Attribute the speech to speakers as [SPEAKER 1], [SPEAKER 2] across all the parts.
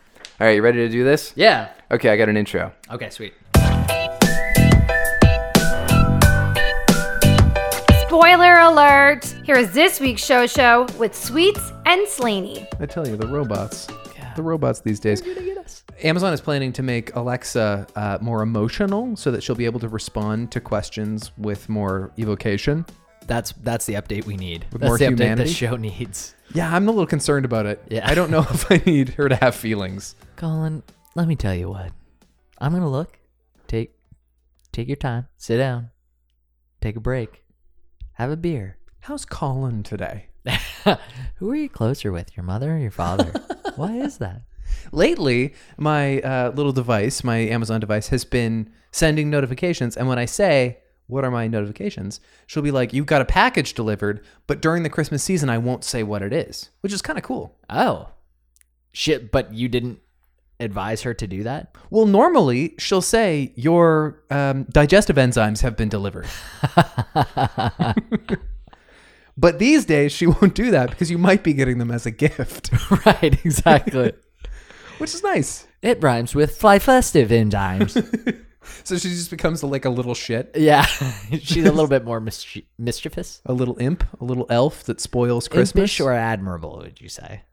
[SPEAKER 1] All right, you ready to do this?
[SPEAKER 2] Yeah.
[SPEAKER 1] Okay, I got an intro.
[SPEAKER 2] Okay, sweet.
[SPEAKER 3] Spoiler alert! Here is this week's show show with Sweets and Slaney.
[SPEAKER 1] I tell you, the robots. The robots these days. Amazon is planning to make Alexa uh, more emotional so that she'll be able to respond to questions with more evocation.
[SPEAKER 2] That's that's the update we need.
[SPEAKER 1] With
[SPEAKER 2] that's
[SPEAKER 1] more
[SPEAKER 2] the update
[SPEAKER 1] humanity?
[SPEAKER 2] the show needs.
[SPEAKER 1] Yeah, I'm a little concerned about it.
[SPEAKER 2] Yeah.
[SPEAKER 1] I don't know if I need her to have feelings.
[SPEAKER 2] Colin, let me tell you what. I'm gonna look. Take take your time. Sit down. Take a break. Have a beer.
[SPEAKER 1] How's Colin today?
[SPEAKER 2] Who are you closer with? Your mother or your father? Why is that?
[SPEAKER 1] Lately, my uh, little device, my Amazon device, has been sending notifications. And when I say, What are my notifications? she'll be like, You got a package delivered, but during the Christmas season, I won't say what it is, which is kind of cool.
[SPEAKER 2] Oh. Shit, but you didn't advise her to do that?
[SPEAKER 1] Well, normally, she'll say, Your um, digestive enzymes have been delivered. But these days, she won't do that because you might be getting them as a gift,
[SPEAKER 2] right, exactly.
[SPEAKER 1] which is nice.
[SPEAKER 2] it rhymes with fly festive in times.
[SPEAKER 1] So she just becomes like a little shit,
[SPEAKER 2] yeah. She's a little bit more mischie- mischievous.
[SPEAKER 1] a little imp, a little elf that spoils Christmas.
[SPEAKER 2] Impish or admirable, would you say?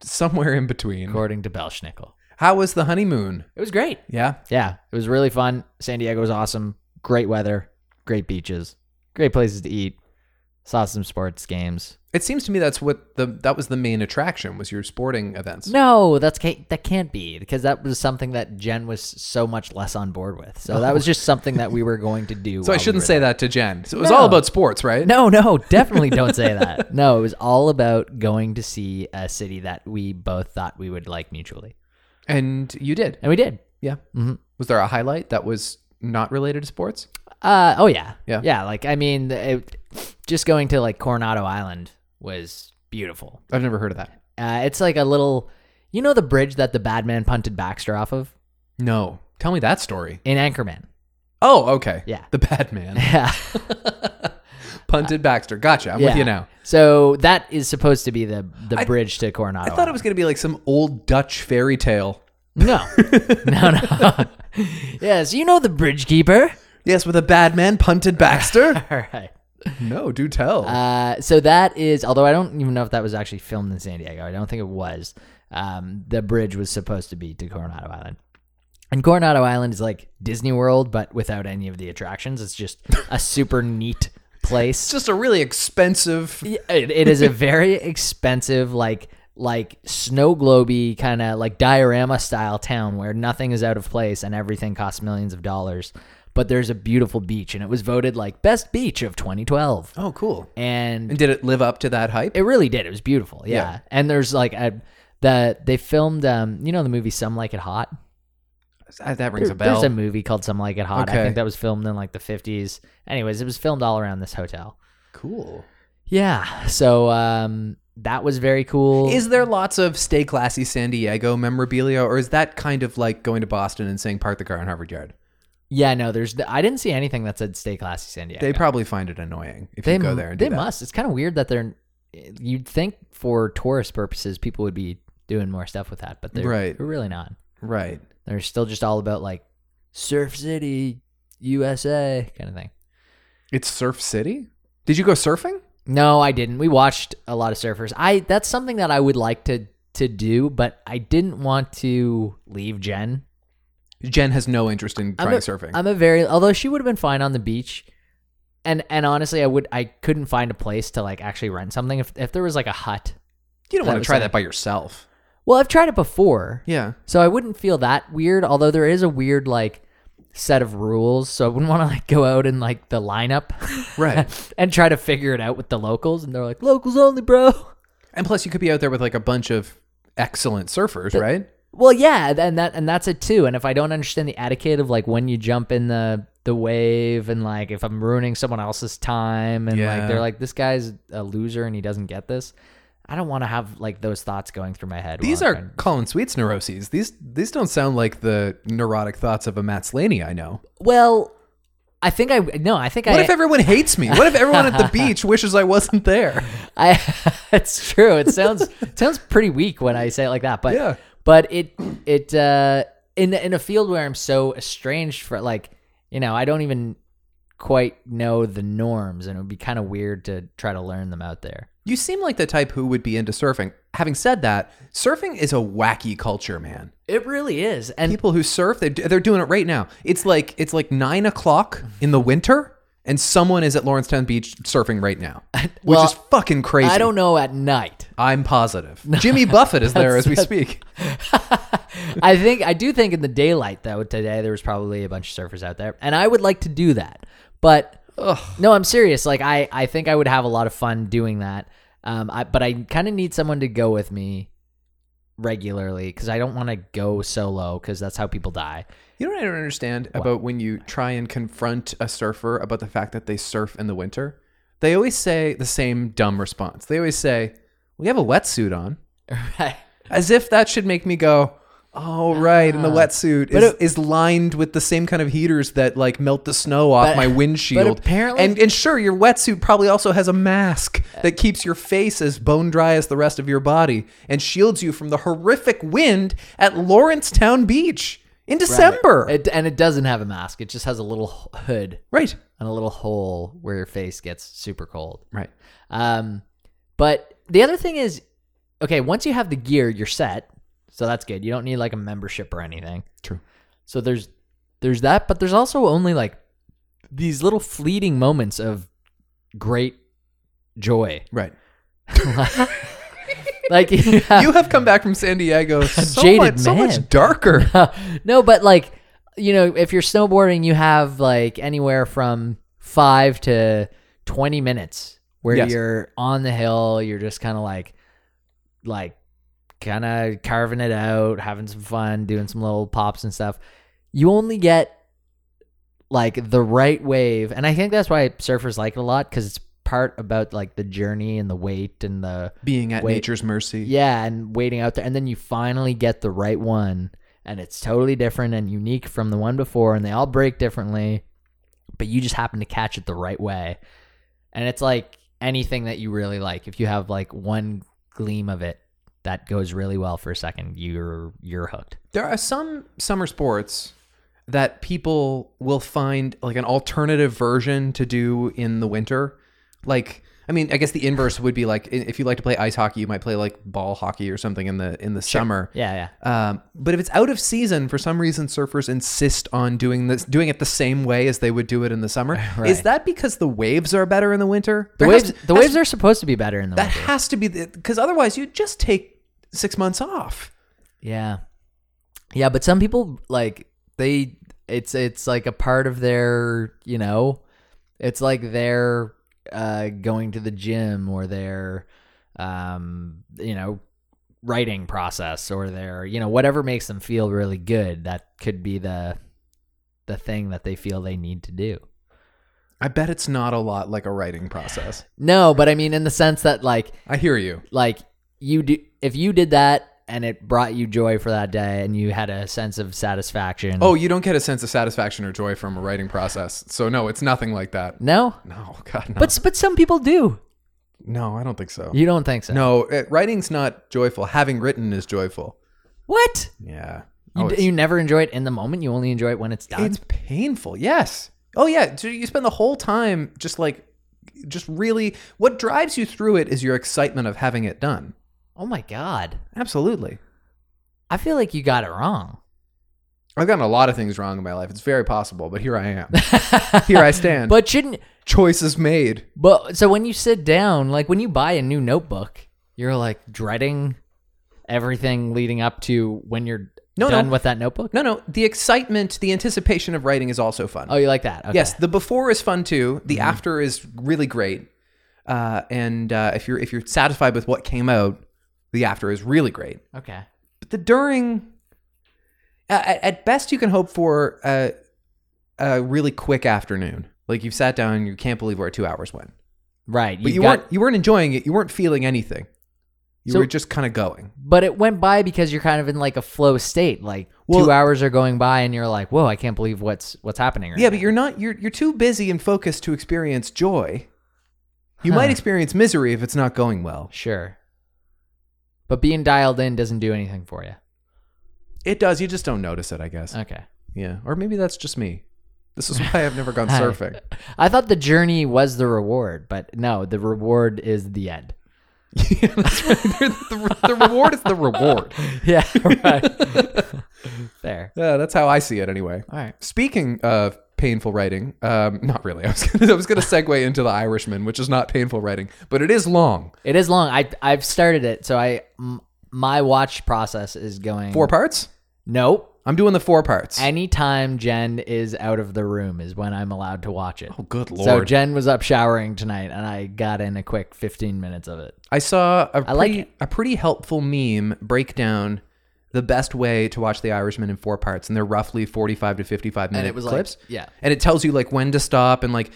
[SPEAKER 1] somewhere in between.
[SPEAKER 2] According to Belschnickel.
[SPEAKER 1] How was the honeymoon?
[SPEAKER 2] Mm. It was great.
[SPEAKER 1] Yeah.
[SPEAKER 2] Yeah, it was really fun. San Diego was awesome. Great weather, great beaches, great places to eat. Saw some sports games.
[SPEAKER 1] It seems to me that's what the that was the main attraction was your sporting events.
[SPEAKER 2] No, that's can't, that can't be because that was something that Jen was so much less on board with. So that was just something that we were going to do.
[SPEAKER 1] so I
[SPEAKER 2] while we
[SPEAKER 1] shouldn't
[SPEAKER 2] were
[SPEAKER 1] say
[SPEAKER 2] there.
[SPEAKER 1] that to Jen. So it was
[SPEAKER 2] No.
[SPEAKER 1] all about sports, right?
[SPEAKER 2] No, no, definitely don't say that. No, it was all about going to see a city that we both thought we would like mutually,
[SPEAKER 1] And you did.
[SPEAKER 2] and we did.
[SPEAKER 1] Yeah.
[SPEAKER 2] Mhm.
[SPEAKER 1] Was there a highlight that was not related to sports?
[SPEAKER 2] Uh oh yeah.
[SPEAKER 1] Yeah.
[SPEAKER 2] Yeah, like I mean it, just going to like Coronado Island was beautiful.
[SPEAKER 1] I've never heard of that.
[SPEAKER 2] Uh it's like a little you know the bridge that the bad man punted Baxter off of
[SPEAKER 1] No. Tell me that story.
[SPEAKER 2] in Anchorman.
[SPEAKER 1] Oh, okay.
[SPEAKER 2] Yeah.
[SPEAKER 1] The bad man.
[SPEAKER 2] Yeah.
[SPEAKER 1] Punted Baxter. Gotcha. I'm with you now.
[SPEAKER 2] So that is supposed to be the the
[SPEAKER 1] I-
[SPEAKER 2] bridge to Coronado.
[SPEAKER 1] I thought it
[SPEAKER 2] Island.
[SPEAKER 1] was going to be like some old Dutch fairy tale.
[SPEAKER 2] No. no, no. yes, you know the bridge keeper.
[SPEAKER 1] Yes, with a bad man punted Baxter.
[SPEAKER 2] All right.
[SPEAKER 1] no, do tell.
[SPEAKER 2] Uh, so that is, although I don't even know if that was actually filmed in San Diego. I don't think it was. Um, the bridge was supposed to be to Coronado Island. And Coronado Island is like Disney World, but without any of the attractions. It's just a super neat place.
[SPEAKER 1] it's just a really expensive
[SPEAKER 2] Yeah, it, it is a very expensive, like like snow globey kind of like diorama style town where nothing is out of place and everything costs millions of dollars. But there's a beautiful beach, and it was voted like best beach of 2012.
[SPEAKER 1] Oh, cool.
[SPEAKER 2] And
[SPEAKER 1] And did it live up to that hype?
[SPEAKER 2] It really did. It was beautiful. Yeah.
[SPEAKER 1] Yeah.
[SPEAKER 2] And there's like a the they filmed um you know the movie Some Like It Hot.
[SPEAKER 1] Uh, that rings a
[SPEAKER 2] There's
[SPEAKER 1] bell.
[SPEAKER 2] a movie called Some Like It Hot.
[SPEAKER 1] Okay.
[SPEAKER 2] I think that was filmed in like the 50s. Anyways, it was filmed all around this hotel.
[SPEAKER 1] cool.
[SPEAKER 2] Yeah. So um that was very cool.
[SPEAKER 1] Is there lots of stay classy San Diego memorabilia, or is that kind of like going to Boston and saying park the car in Harvard Yard?
[SPEAKER 2] yeah, no, there's I didn't see anything that said stay classy San Diego.
[SPEAKER 1] They probably find it annoying if you
[SPEAKER 2] they
[SPEAKER 1] go
[SPEAKER 2] m-
[SPEAKER 1] there and do
[SPEAKER 2] they
[SPEAKER 1] that.
[SPEAKER 2] must. It's kind of weird that they're you'd think for tourist purposes people would be doing more stuff with that, but they're,
[SPEAKER 1] Right.
[SPEAKER 2] they're really not.
[SPEAKER 1] Right.
[SPEAKER 2] They're still just all about like Surf City, USA kind of thing.
[SPEAKER 1] It's Surf City? Did you go surfing?
[SPEAKER 2] No, I didn't. We watched a lot of surfers. I that's something that I would like to to do, but I didn't want to leave Jen.
[SPEAKER 1] Jen has no interest in trying
[SPEAKER 2] I'm a,
[SPEAKER 1] surfing.
[SPEAKER 2] I'm a very although she would have been fine on the beach. And and honestly, I would I couldn't find a place to like actually rent something if if there was like a hut.
[SPEAKER 1] you don't
[SPEAKER 2] that
[SPEAKER 1] want to
[SPEAKER 2] was
[SPEAKER 1] try
[SPEAKER 2] it.
[SPEAKER 1] that by yourself.
[SPEAKER 2] Well, I've tried it before.
[SPEAKER 1] Yeah.
[SPEAKER 2] So I wouldn't feel that weird, although there is a weird like set of rules, so I wouldn't want to like go out and like the lineup
[SPEAKER 1] Right.
[SPEAKER 2] and try to figure it out with the locals and they're like locals only, bro.
[SPEAKER 1] and plus, you could be out there with like a bunch of excellent surfers, right?
[SPEAKER 2] Well, yeah, and that and that's it too. And if I don't understand the etiquette of like when you jump in the the wave and like if I'm ruining someone else's time and
[SPEAKER 1] Yeah.
[SPEAKER 2] like they're like this guy's a loser and he doesn't get this. I don't want to have like those thoughts going through my head.
[SPEAKER 1] These
[SPEAKER 2] while
[SPEAKER 1] are
[SPEAKER 2] I'm trying-
[SPEAKER 1] Colin Sweet's neuroses. These these don't sound like the neurotic thoughts of a Matt Slaney I know.
[SPEAKER 2] well, I think I no, I think
[SPEAKER 1] What
[SPEAKER 2] I
[SPEAKER 1] if everyone hates me? What if everyone at the beach wishes I wasn't there?
[SPEAKER 2] I it's true. It sounds it sounds pretty weak when I say it like that, but
[SPEAKER 1] Yeah.
[SPEAKER 2] but it it uh in in a field where I'm so estranged for like you know I don't even quite know the norms and it would be kind of weird to try to learn them out there.
[SPEAKER 1] You seem like the type who would be into surfing. Having said that, surfing is a wacky culture, man.
[SPEAKER 2] It really is, and
[SPEAKER 1] People who surf, they they're doing it right now. It's like it's like nine o'clock in the winter, and someone is at Lawrencetown Beach surfing right now,
[SPEAKER 2] Well,
[SPEAKER 1] which is fucking crazy.
[SPEAKER 2] I don't know at night.
[SPEAKER 1] I'm positive. Jimmy Buffett is there as we speak.
[SPEAKER 2] I think I do think in the daylight though today there was probably a bunch of surfers out there, and I would like to do that. But no, I'm serious. Like I, I think I would have a lot of fun doing that. Um, I, but I kind of need someone to go with me regularly because I don't want to go solo because that's how people die.
[SPEAKER 1] You know what I don't understand about when you try and confront a surfer about the fact that they surf in the winter? They always say the same dumb response. They always say, "We have a wetsuit on,"
[SPEAKER 2] Right.
[SPEAKER 1] as if that should make me go, "Oh right," and the wetsuit is, is lined with the same kind of heaters that like melt the snow off
[SPEAKER 2] But-
[SPEAKER 1] my
[SPEAKER 2] but
[SPEAKER 1] windshield.
[SPEAKER 2] apparently-
[SPEAKER 1] and and sure, your wetsuit probably also has a mask that keeps your face as bone dry as the rest of your body and shields you from the horrific wind at Lawrencetown Beach in December.
[SPEAKER 2] It, and it doesn't have a mask. It just has a little hood
[SPEAKER 1] Right.
[SPEAKER 2] and a little hole where your face gets super cold.
[SPEAKER 1] Right.
[SPEAKER 2] Um, but the other thing is, okay, once you have the gear, you're set. So that's good. You don't need like a membership or anything.
[SPEAKER 1] True.
[SPEAKER 2] So there's there's that, but there's also only like these little fleeting moments of great joy.
[SPEAKER 1] Right.
[SPEAKER 2] Like
[SPEAKER 1] You have come back from San Diego so,
[SPEAKER 2] jaded
[SPEAKER 1] much, so
[SPEAKER 2] man.
[SPEAKER 1] much darker.
[SPEAKER 2] no, but like you know, if you're snowboarding, you have like anywhere from five to twenty minutes where
[SPEAKER 1] Yes.
[SPEAKER 2] you're on the hill. You're just kind of like, like, kind of carving it out, having some fun, doing some little pops and stuff. You only get like the right wave, and I think that's why surfers like it a lot because it's part about like the journey and the weight and the
[SPEAKER 1] Being at
[SPEAKER 2] Wait.
[SPEAKER 1] nature's mercy.
[SPEAKER 2] yeah, and waiting out there, and then you finally get the right one, and it's totally different and unique from the one before, and they all break differently, but you just happen to catch it the right way, and it's like anything that you really like. If you have like one gleam of it that goes really well for a second, you're you're hooked.
[SPEAKER 1] There are some summer sports that people will find like an alternative version to do in the winter. Like, I mean, I guess the inverse would be like i- if you like to play ice hockey, you might play like ball hockey or something in the in the summer.
[SPEAKER 2] Yeah, yeah.
[SPEAKER 1] Um, but if it's out of season, for some reason, surfers insist on doing this, doing it the same way as they would do it in the summer. Is that because the waves are better in the winter?
[SPEAKER 2] The
[SPEAKER 1] There has
[SPEAKER 2] waves
[SPEAKER 1] to-
[SPEAKER 2] the
[SPEAKER 1] has
[SPEAKER 2] waves are supposed to be better in the
[SPEAKER 1] That
[SPEAKER 2] winter.
[SPEAKER 1] has to be because otherwise you just take six months off.
[SPEAKER 2] Yeah. Yeah, but some people like they it's it's like a part of their, you know, it's like their uh going to the gym or their um you know writing process or their you know whatever makes them feel really good that could be the the thing that they feel they need to do.
[SPEAKER 1] I bet it's not a lot like a writing process.
[SPEAKER 2] No, but I mean in the sense that like
[SPEAKER 1] I hear you.
[SPEAKER 2] like you do if you did that and it brought you joy for that day and you had a sense of satisfaction.
[SPEAKER 1] Oh, you don't get a sense of satisfaction or joy from a writing process. So no, it's nothing like that.
[SPEAKER 2] no?
[SPEAKER 1] No, God, no.
[SPEAKER 2] But but some people do.
[SPEAKER 1] no, I don't think so.
[SPEAKER 2] You don't think so?
[SPEAKER 1] No, eh, writing's not joyful. Having written is joyful.
[SPEAKER 2] What?
[SPEAKER 1] Yeah.
[SPEAKER 2] You,
[SPEAKER 1] Oh,
[SPEAKER 2] d-
[SPEAKER 1] it's,
[SPEAKER 2] you never enjoy it in the moment. You only enjoy it when it's done.
[SPEAKER 1] it's painful. Yes. Oh yeah. So you spend the whole time just like, just really. What drives you through it is your excitement of having it done.
[SPEAKER 2] oh my god!
[SPEAKER 1] Absolutely.
[SPEAKER 2] I feel like you got it wrong.
[SPEAKER 1] I've gotten a lot of things wrong in my life. It's very possible, but here I am. here I stand.
[SPEAKER 2] But shouldn't?
[SPEAKER 1] choices made.
[SPEAKER 2] But so when you sit down, like when you buy a new notebook, you're like dreading everything leading up to when you're
[SPEAKER 1] No,
[SPEAKER 2] done
[SPEAKER 1] no.
[SPEAKER 2] with that notebook.
[SPEAKER 1] No, no. The excitement, the anticipation of writing is also fun.
[SPEAKER 2] Oh, you like that? Okay. Mm-hmm.
[SPEAKER 1] Yes, the before is fun too. The after is really great. Uh, and uh, if you're if you're satisfied with what came out, the after is really great.
[SPEAKER 2] Okay.
[SPEAKER 1] But the during, at, at best, you can hope for a, a really quick afternoon. Like you've sat down, and you can't believe where two hours went.
[SPEAKER 2] Right.
[SPEAKER 1] But you,
[SPEAKER 2] got-
[SPEAKER 1] weren't you weren't enjoying it. You weren't feeling anything. You
[SPEAKER 2] So-
[SPEAKER 1] were just kind of going.
[SPEAKER 2] But it went by because you're kind of in like a flow state. Like
[SPEAKER 1] Well-
[SPEAKER 2] two hours are going by, and you're like, "Whoa, I can't believe what's what's happening." Right
[SPEAKER 1] Yeah,
[SPEAKER 2] now.
[SPEAKER 1] but you're not you're you're too busy and focused to experience joy. You
[SPEAKER 2] Huh.
[SPEAKER 1] might experience misery if it's not going well.
[SPEAKER 2] Sure. But being dialed in doesn't do anything for you.
[SPEAKER 1] It does. You just don't notice it, I guess.
[SPEAKER 2] Okay.
[SPEAKER 1] yeah. Or maybe that's just me. This is why I've never gone surfing.
[SPEAKER 2] I thought the journey was the reward, but no, the reward is the end.
[SPEAKER 1] Yeah, that's right. the, the reward is the reward.
[SPEAKER 2] Yeah, right. Fair.
[SPEAKER 1] Yeah, that's how I see it anyway.
[SPEAKER 2] All right.
[SPEAKER 1] Speaking of painful writing, um, not really. I was gonna, I was going to segue into The Irishman, which is not painful writing, but it is long.
[SPEAKER 2] It is long. I I've started it, so I m- my watch process is going
[SPEAKER 1] Four parts.
[SPEAKER 2] Nope.
[SPEAKER 1] I'm doing the four parts.
[SPEAKER 2] Anytime Jen is out of the room is when I'm allowed to watch it.
[SPEAKER 1] oh, good lord!
[SPEAKER 2] so Jen was up showering tonight, and I got in a quick 15 minutes of it.
[SPEAKER 1] I saw a pretty,
[SPEAKER 2] like it.
[SPEAKER 1] a pretty helpful meme breakdown the best way to watch The Irishman in four parts, and they're roughly 45 to 55 minute
[SPEAKER 2] it was like-
[SPEAKER 1] clips.
[SPEAKER 2] yeah.
[SPEAKER 1] and it tells you like when to stop and like.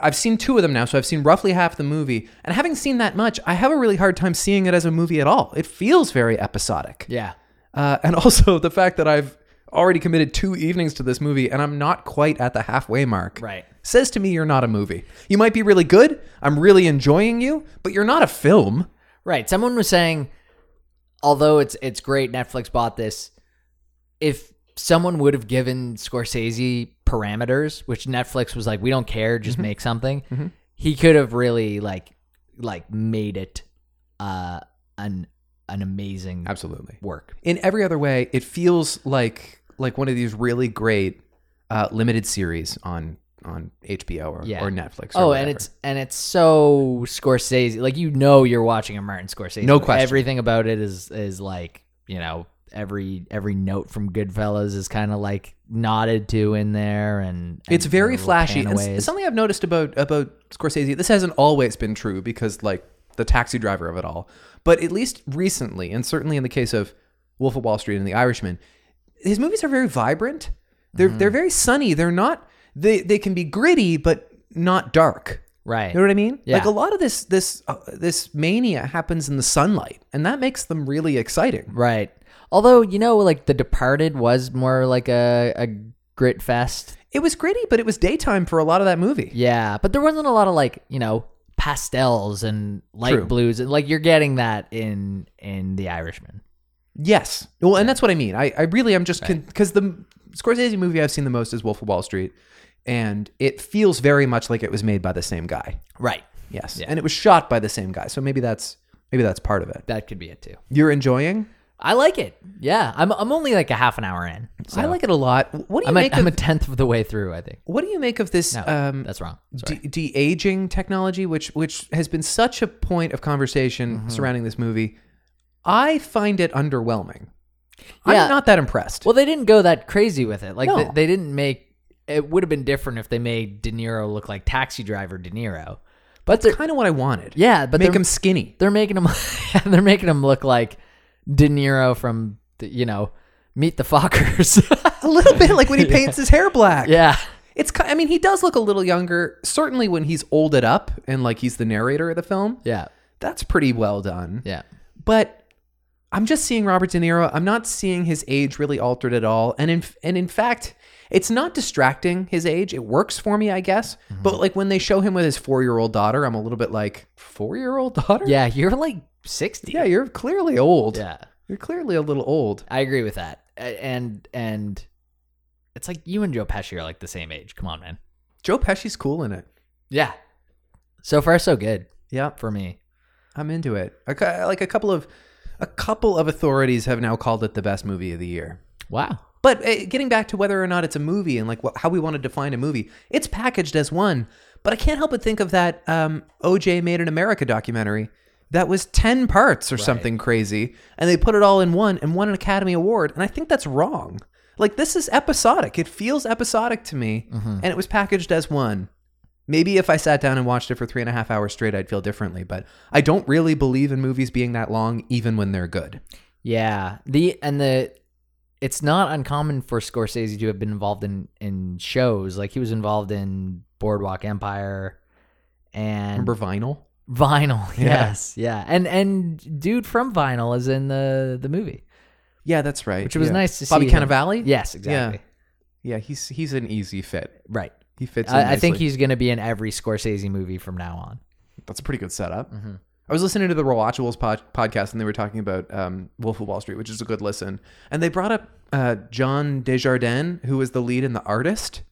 [SPEAKER 1] I've seen two of them now, so I've seen roughly half the movie. And having seen that much, I have a really hard time seeing it as a movie at all. It feels very episodic.
[SPEAKER 2] Yeah.
[SPEAKER 1] Uh, and also the fact that I've already committed two evenings to this movie and I'm not quite at the halfway mark.
[SPEAKER 2] Right.
[SPEAKER 1] Says to me, you're not a movie. You might be really good. I'm really enjoying you, but you're not a film.
[SPEAKER 2] Right. Someone was saying, although it's it's great Netflix bought this, if someone would have given Scorsese parameters, which Netflix was like, we don't care, just make something, he could have really like like made it uh an an amazing
[SPEAKER 1] Absolutely.
[SPEAKER 2] work.
[SPEAKER 1] In every other way, it feels like like one of these really great uh, limited series on on HBO or,
[SPEAKER 2] Yeah.
[SPEAKER 1] or Netflix. Or
[SPEAKER 2] Oh,
[SPEAKER 1] whatever.
[SPEAKER 2] and it's and it's so Scorsese. Like you know, you're watching a Martin Scorsese.
[SPEAKER 1] No
[SPEAKER 2] movie.
[SPEAKER 1] question.
[SPEAKER 2] Everything about it is is like you know every every note from Goodfellas is kind of like nodded to in there, and, and
[SPEAKER 1] it's very
[SPEAKER 2] little
[SPEAKER 1] flashy. And s-
[SPEAKER 2] panaways.
[SPEAKER 1] something I've noticed about about Scorsese, this hasn't always been true because like the taxi driver of it all, but at least recently, and certainly in the case of Wolf of Wall Street and The Irishman, his movies are very vibrant. They're
[SPEAKER 2] Mm-hmm.
[SPEAKER 1] they're very sunny. They're not they they can be gritty but not dark.
[SPEAKER 2] right?
[SPEAKER 1] You know what I mean?
[SPEAKER 2] Yeah.
[SPEAKER 1] Like a lot of this this uh, this mania happens in the sunlight, and that makes them really exciting.
[SPEAKER 2] Right. Although you know, like The Departed was more like a a grit fest.
[SPEAKER 1] It was gritty, but it was daytime for a lot of that movie.
[SPEAKER 2] Yeah, but there wasn't a lot of like you know pastels and light
[SPEAKER 1] True.
[SPEAKER 2] blues and like you're getting that in in The Irishman.
[SPEAKER 1] Yes. Well, and that's what I mean. I, I really am just because the Scorsese movie I've seen the most is Wolf of Wall Street, and it feels very much like it was made by the same guy.
[SPEAKER 2] Right.
[SPEAKER 1] Yes. And it was shot by the same guy. So maybe that's maybe that's part of it.
[SPEAKER 2] That could be it too.
[SPEAKER 1] You're enjoying?
[SPEAKER 2] I like it. Yeah, I'm I'm only like a half an hour in. So
[SPEAKER 1] I like it a lot. What do you
[SPEAKER 2] I'm, a,
[SPEAKER 1] make
[SPEAKER 2] I'm
[SPEAKER 1] of
[SPEAKER 2] a tenth of the way through. I think.
[SPEAKER 1] what do you make of this
[SPEAKER 2] No,
[SPEAKER 1] um
[SPEAKER 2] that's wrong. Sorry.
[SPEAKER 1] de aging technology, which which has been such a point of conversation surrounding this movie? I find it underwhelming.
[SPEAKER 2] Yeah.
[SPEAKER 1] I'm not that impressed.
[SPEAKER 2] well, they didn't go that crazy with it. Like
[SPEAKER 1] No.
[SPEAKER 2] they, they didn't make. It would have been different if they made De Niro look like Taxi Driver De Niro, but they're
[SPEAKER 1] kind of what I wanted.
[SPEAKER 2] yeah, but
[SPEAKER 1] make
[SPEAKER 2] they're,
[SPEAKER 1] him skinny.
[SPEAKER 2] they're making him they're making him look like De Niro from the, you know Meet the Fockers.
[SPEAKER 1] A little bit like when he paints his hair black.
[SPEAKER 2] yeah,
[SPEAKER 1] It's ki- I mean he does look a little younger certainly when he's olded up and like he's the narrator of the film.
[SPEAKER 2] yeah,
[SPEAKER 1] That's pretty well done.
[SPEAKER 2] yeah.
[SPEAKER 1] But I'm just seeing Robert De Niro. I'm not seeing his age really altered at all. And in and in fact, it's not distracting his age. It works for me, I guess.
[SPEAKER 2] Mm-hmm.
[SPEAKER 1] But like when they show him with his 4-year-old daughter, I'm a little bit like 4-year-old daughter?
[SPEAKER 2] Yeah, you're like sixty.
[SPEAKER 1] Yeah, you're clearly old.
[SPEAKER 2] yeah.
[SPEAKER 1] You're clearly a little old.
[SPEAKER 2] I agree with that. A- And and it's like you and Joe Pesci are like the same age. Come on, man.
[SPEAKER 1] Joe Pesci's cool in it.
[SPEAKER 2] Yeah. So far, so good
[SPEAKER 1] Yeah.
[SPEAKER 2] for me.
[SPEAKER 1] I'm into it. A cou- Like a couple of a couple of authorities have now called it the best movie of the year.
[SPEAKER 2] Wow.
[SPEAKER 1] But uh, getting back to whether or not it's a movie and like what, how we want to define a movie, it's packaged as one. But I can't help but think of that um, OJ Made in America documentary that was 10 parts or something crazy. And they put it all in one and won an Academy Award. And I think that's wrong. Like, this is episodic. It feels episodic to me. And it was packaged as one. Maybe if I sat down and watched it for three and a half hours straight, I'd feel differently. But I don't really believe in movies being that long, even when they're good.
[SPEAKER 2] Yeah. The and the it's not uncommon for Scorsese to have been involved in in shows. Like he was involved in Boardwalk Empire and
[SPEAKER 1] Remember Vinyl?
[SPEAKER 2] Vinyl.
[SPEAKER 1] Yeah.
[SPEAKER 2] Yes. Yeah. And and dude from Vinyl is in the the movie.
[SPEAKER 1] Yeah, that's right.
[SPEAKER 2] Which was
[SPEAKER 1] Yeah.
[SPEAKER 2] nice to
[SPEAKER 1] Bobby
[SPEAKER 2] see him.
[SPEAKER 1] Cannavale?
[SPEAKER 2] Yes, exactly.
[SPEAKER 1] Yeah, he's he's an easy fit.
[SPEAKER 2] Right.
[SPEAKER 1] He fits. in
[SPEAKER 2] I, I think
[SPEAKER 1] nicely.
[SPEAKER 2] he's going to be in every Scorsese movie from now on. Mm-hmm.
[SPEAKER 1] That's a pretty good setup. I was listening to the Rewatchables pod- podcast, and they were talking about um, Wolf of Wall Street, which is a good listen. And they brought up uh, John Desjardins, who was the lead in The Artist.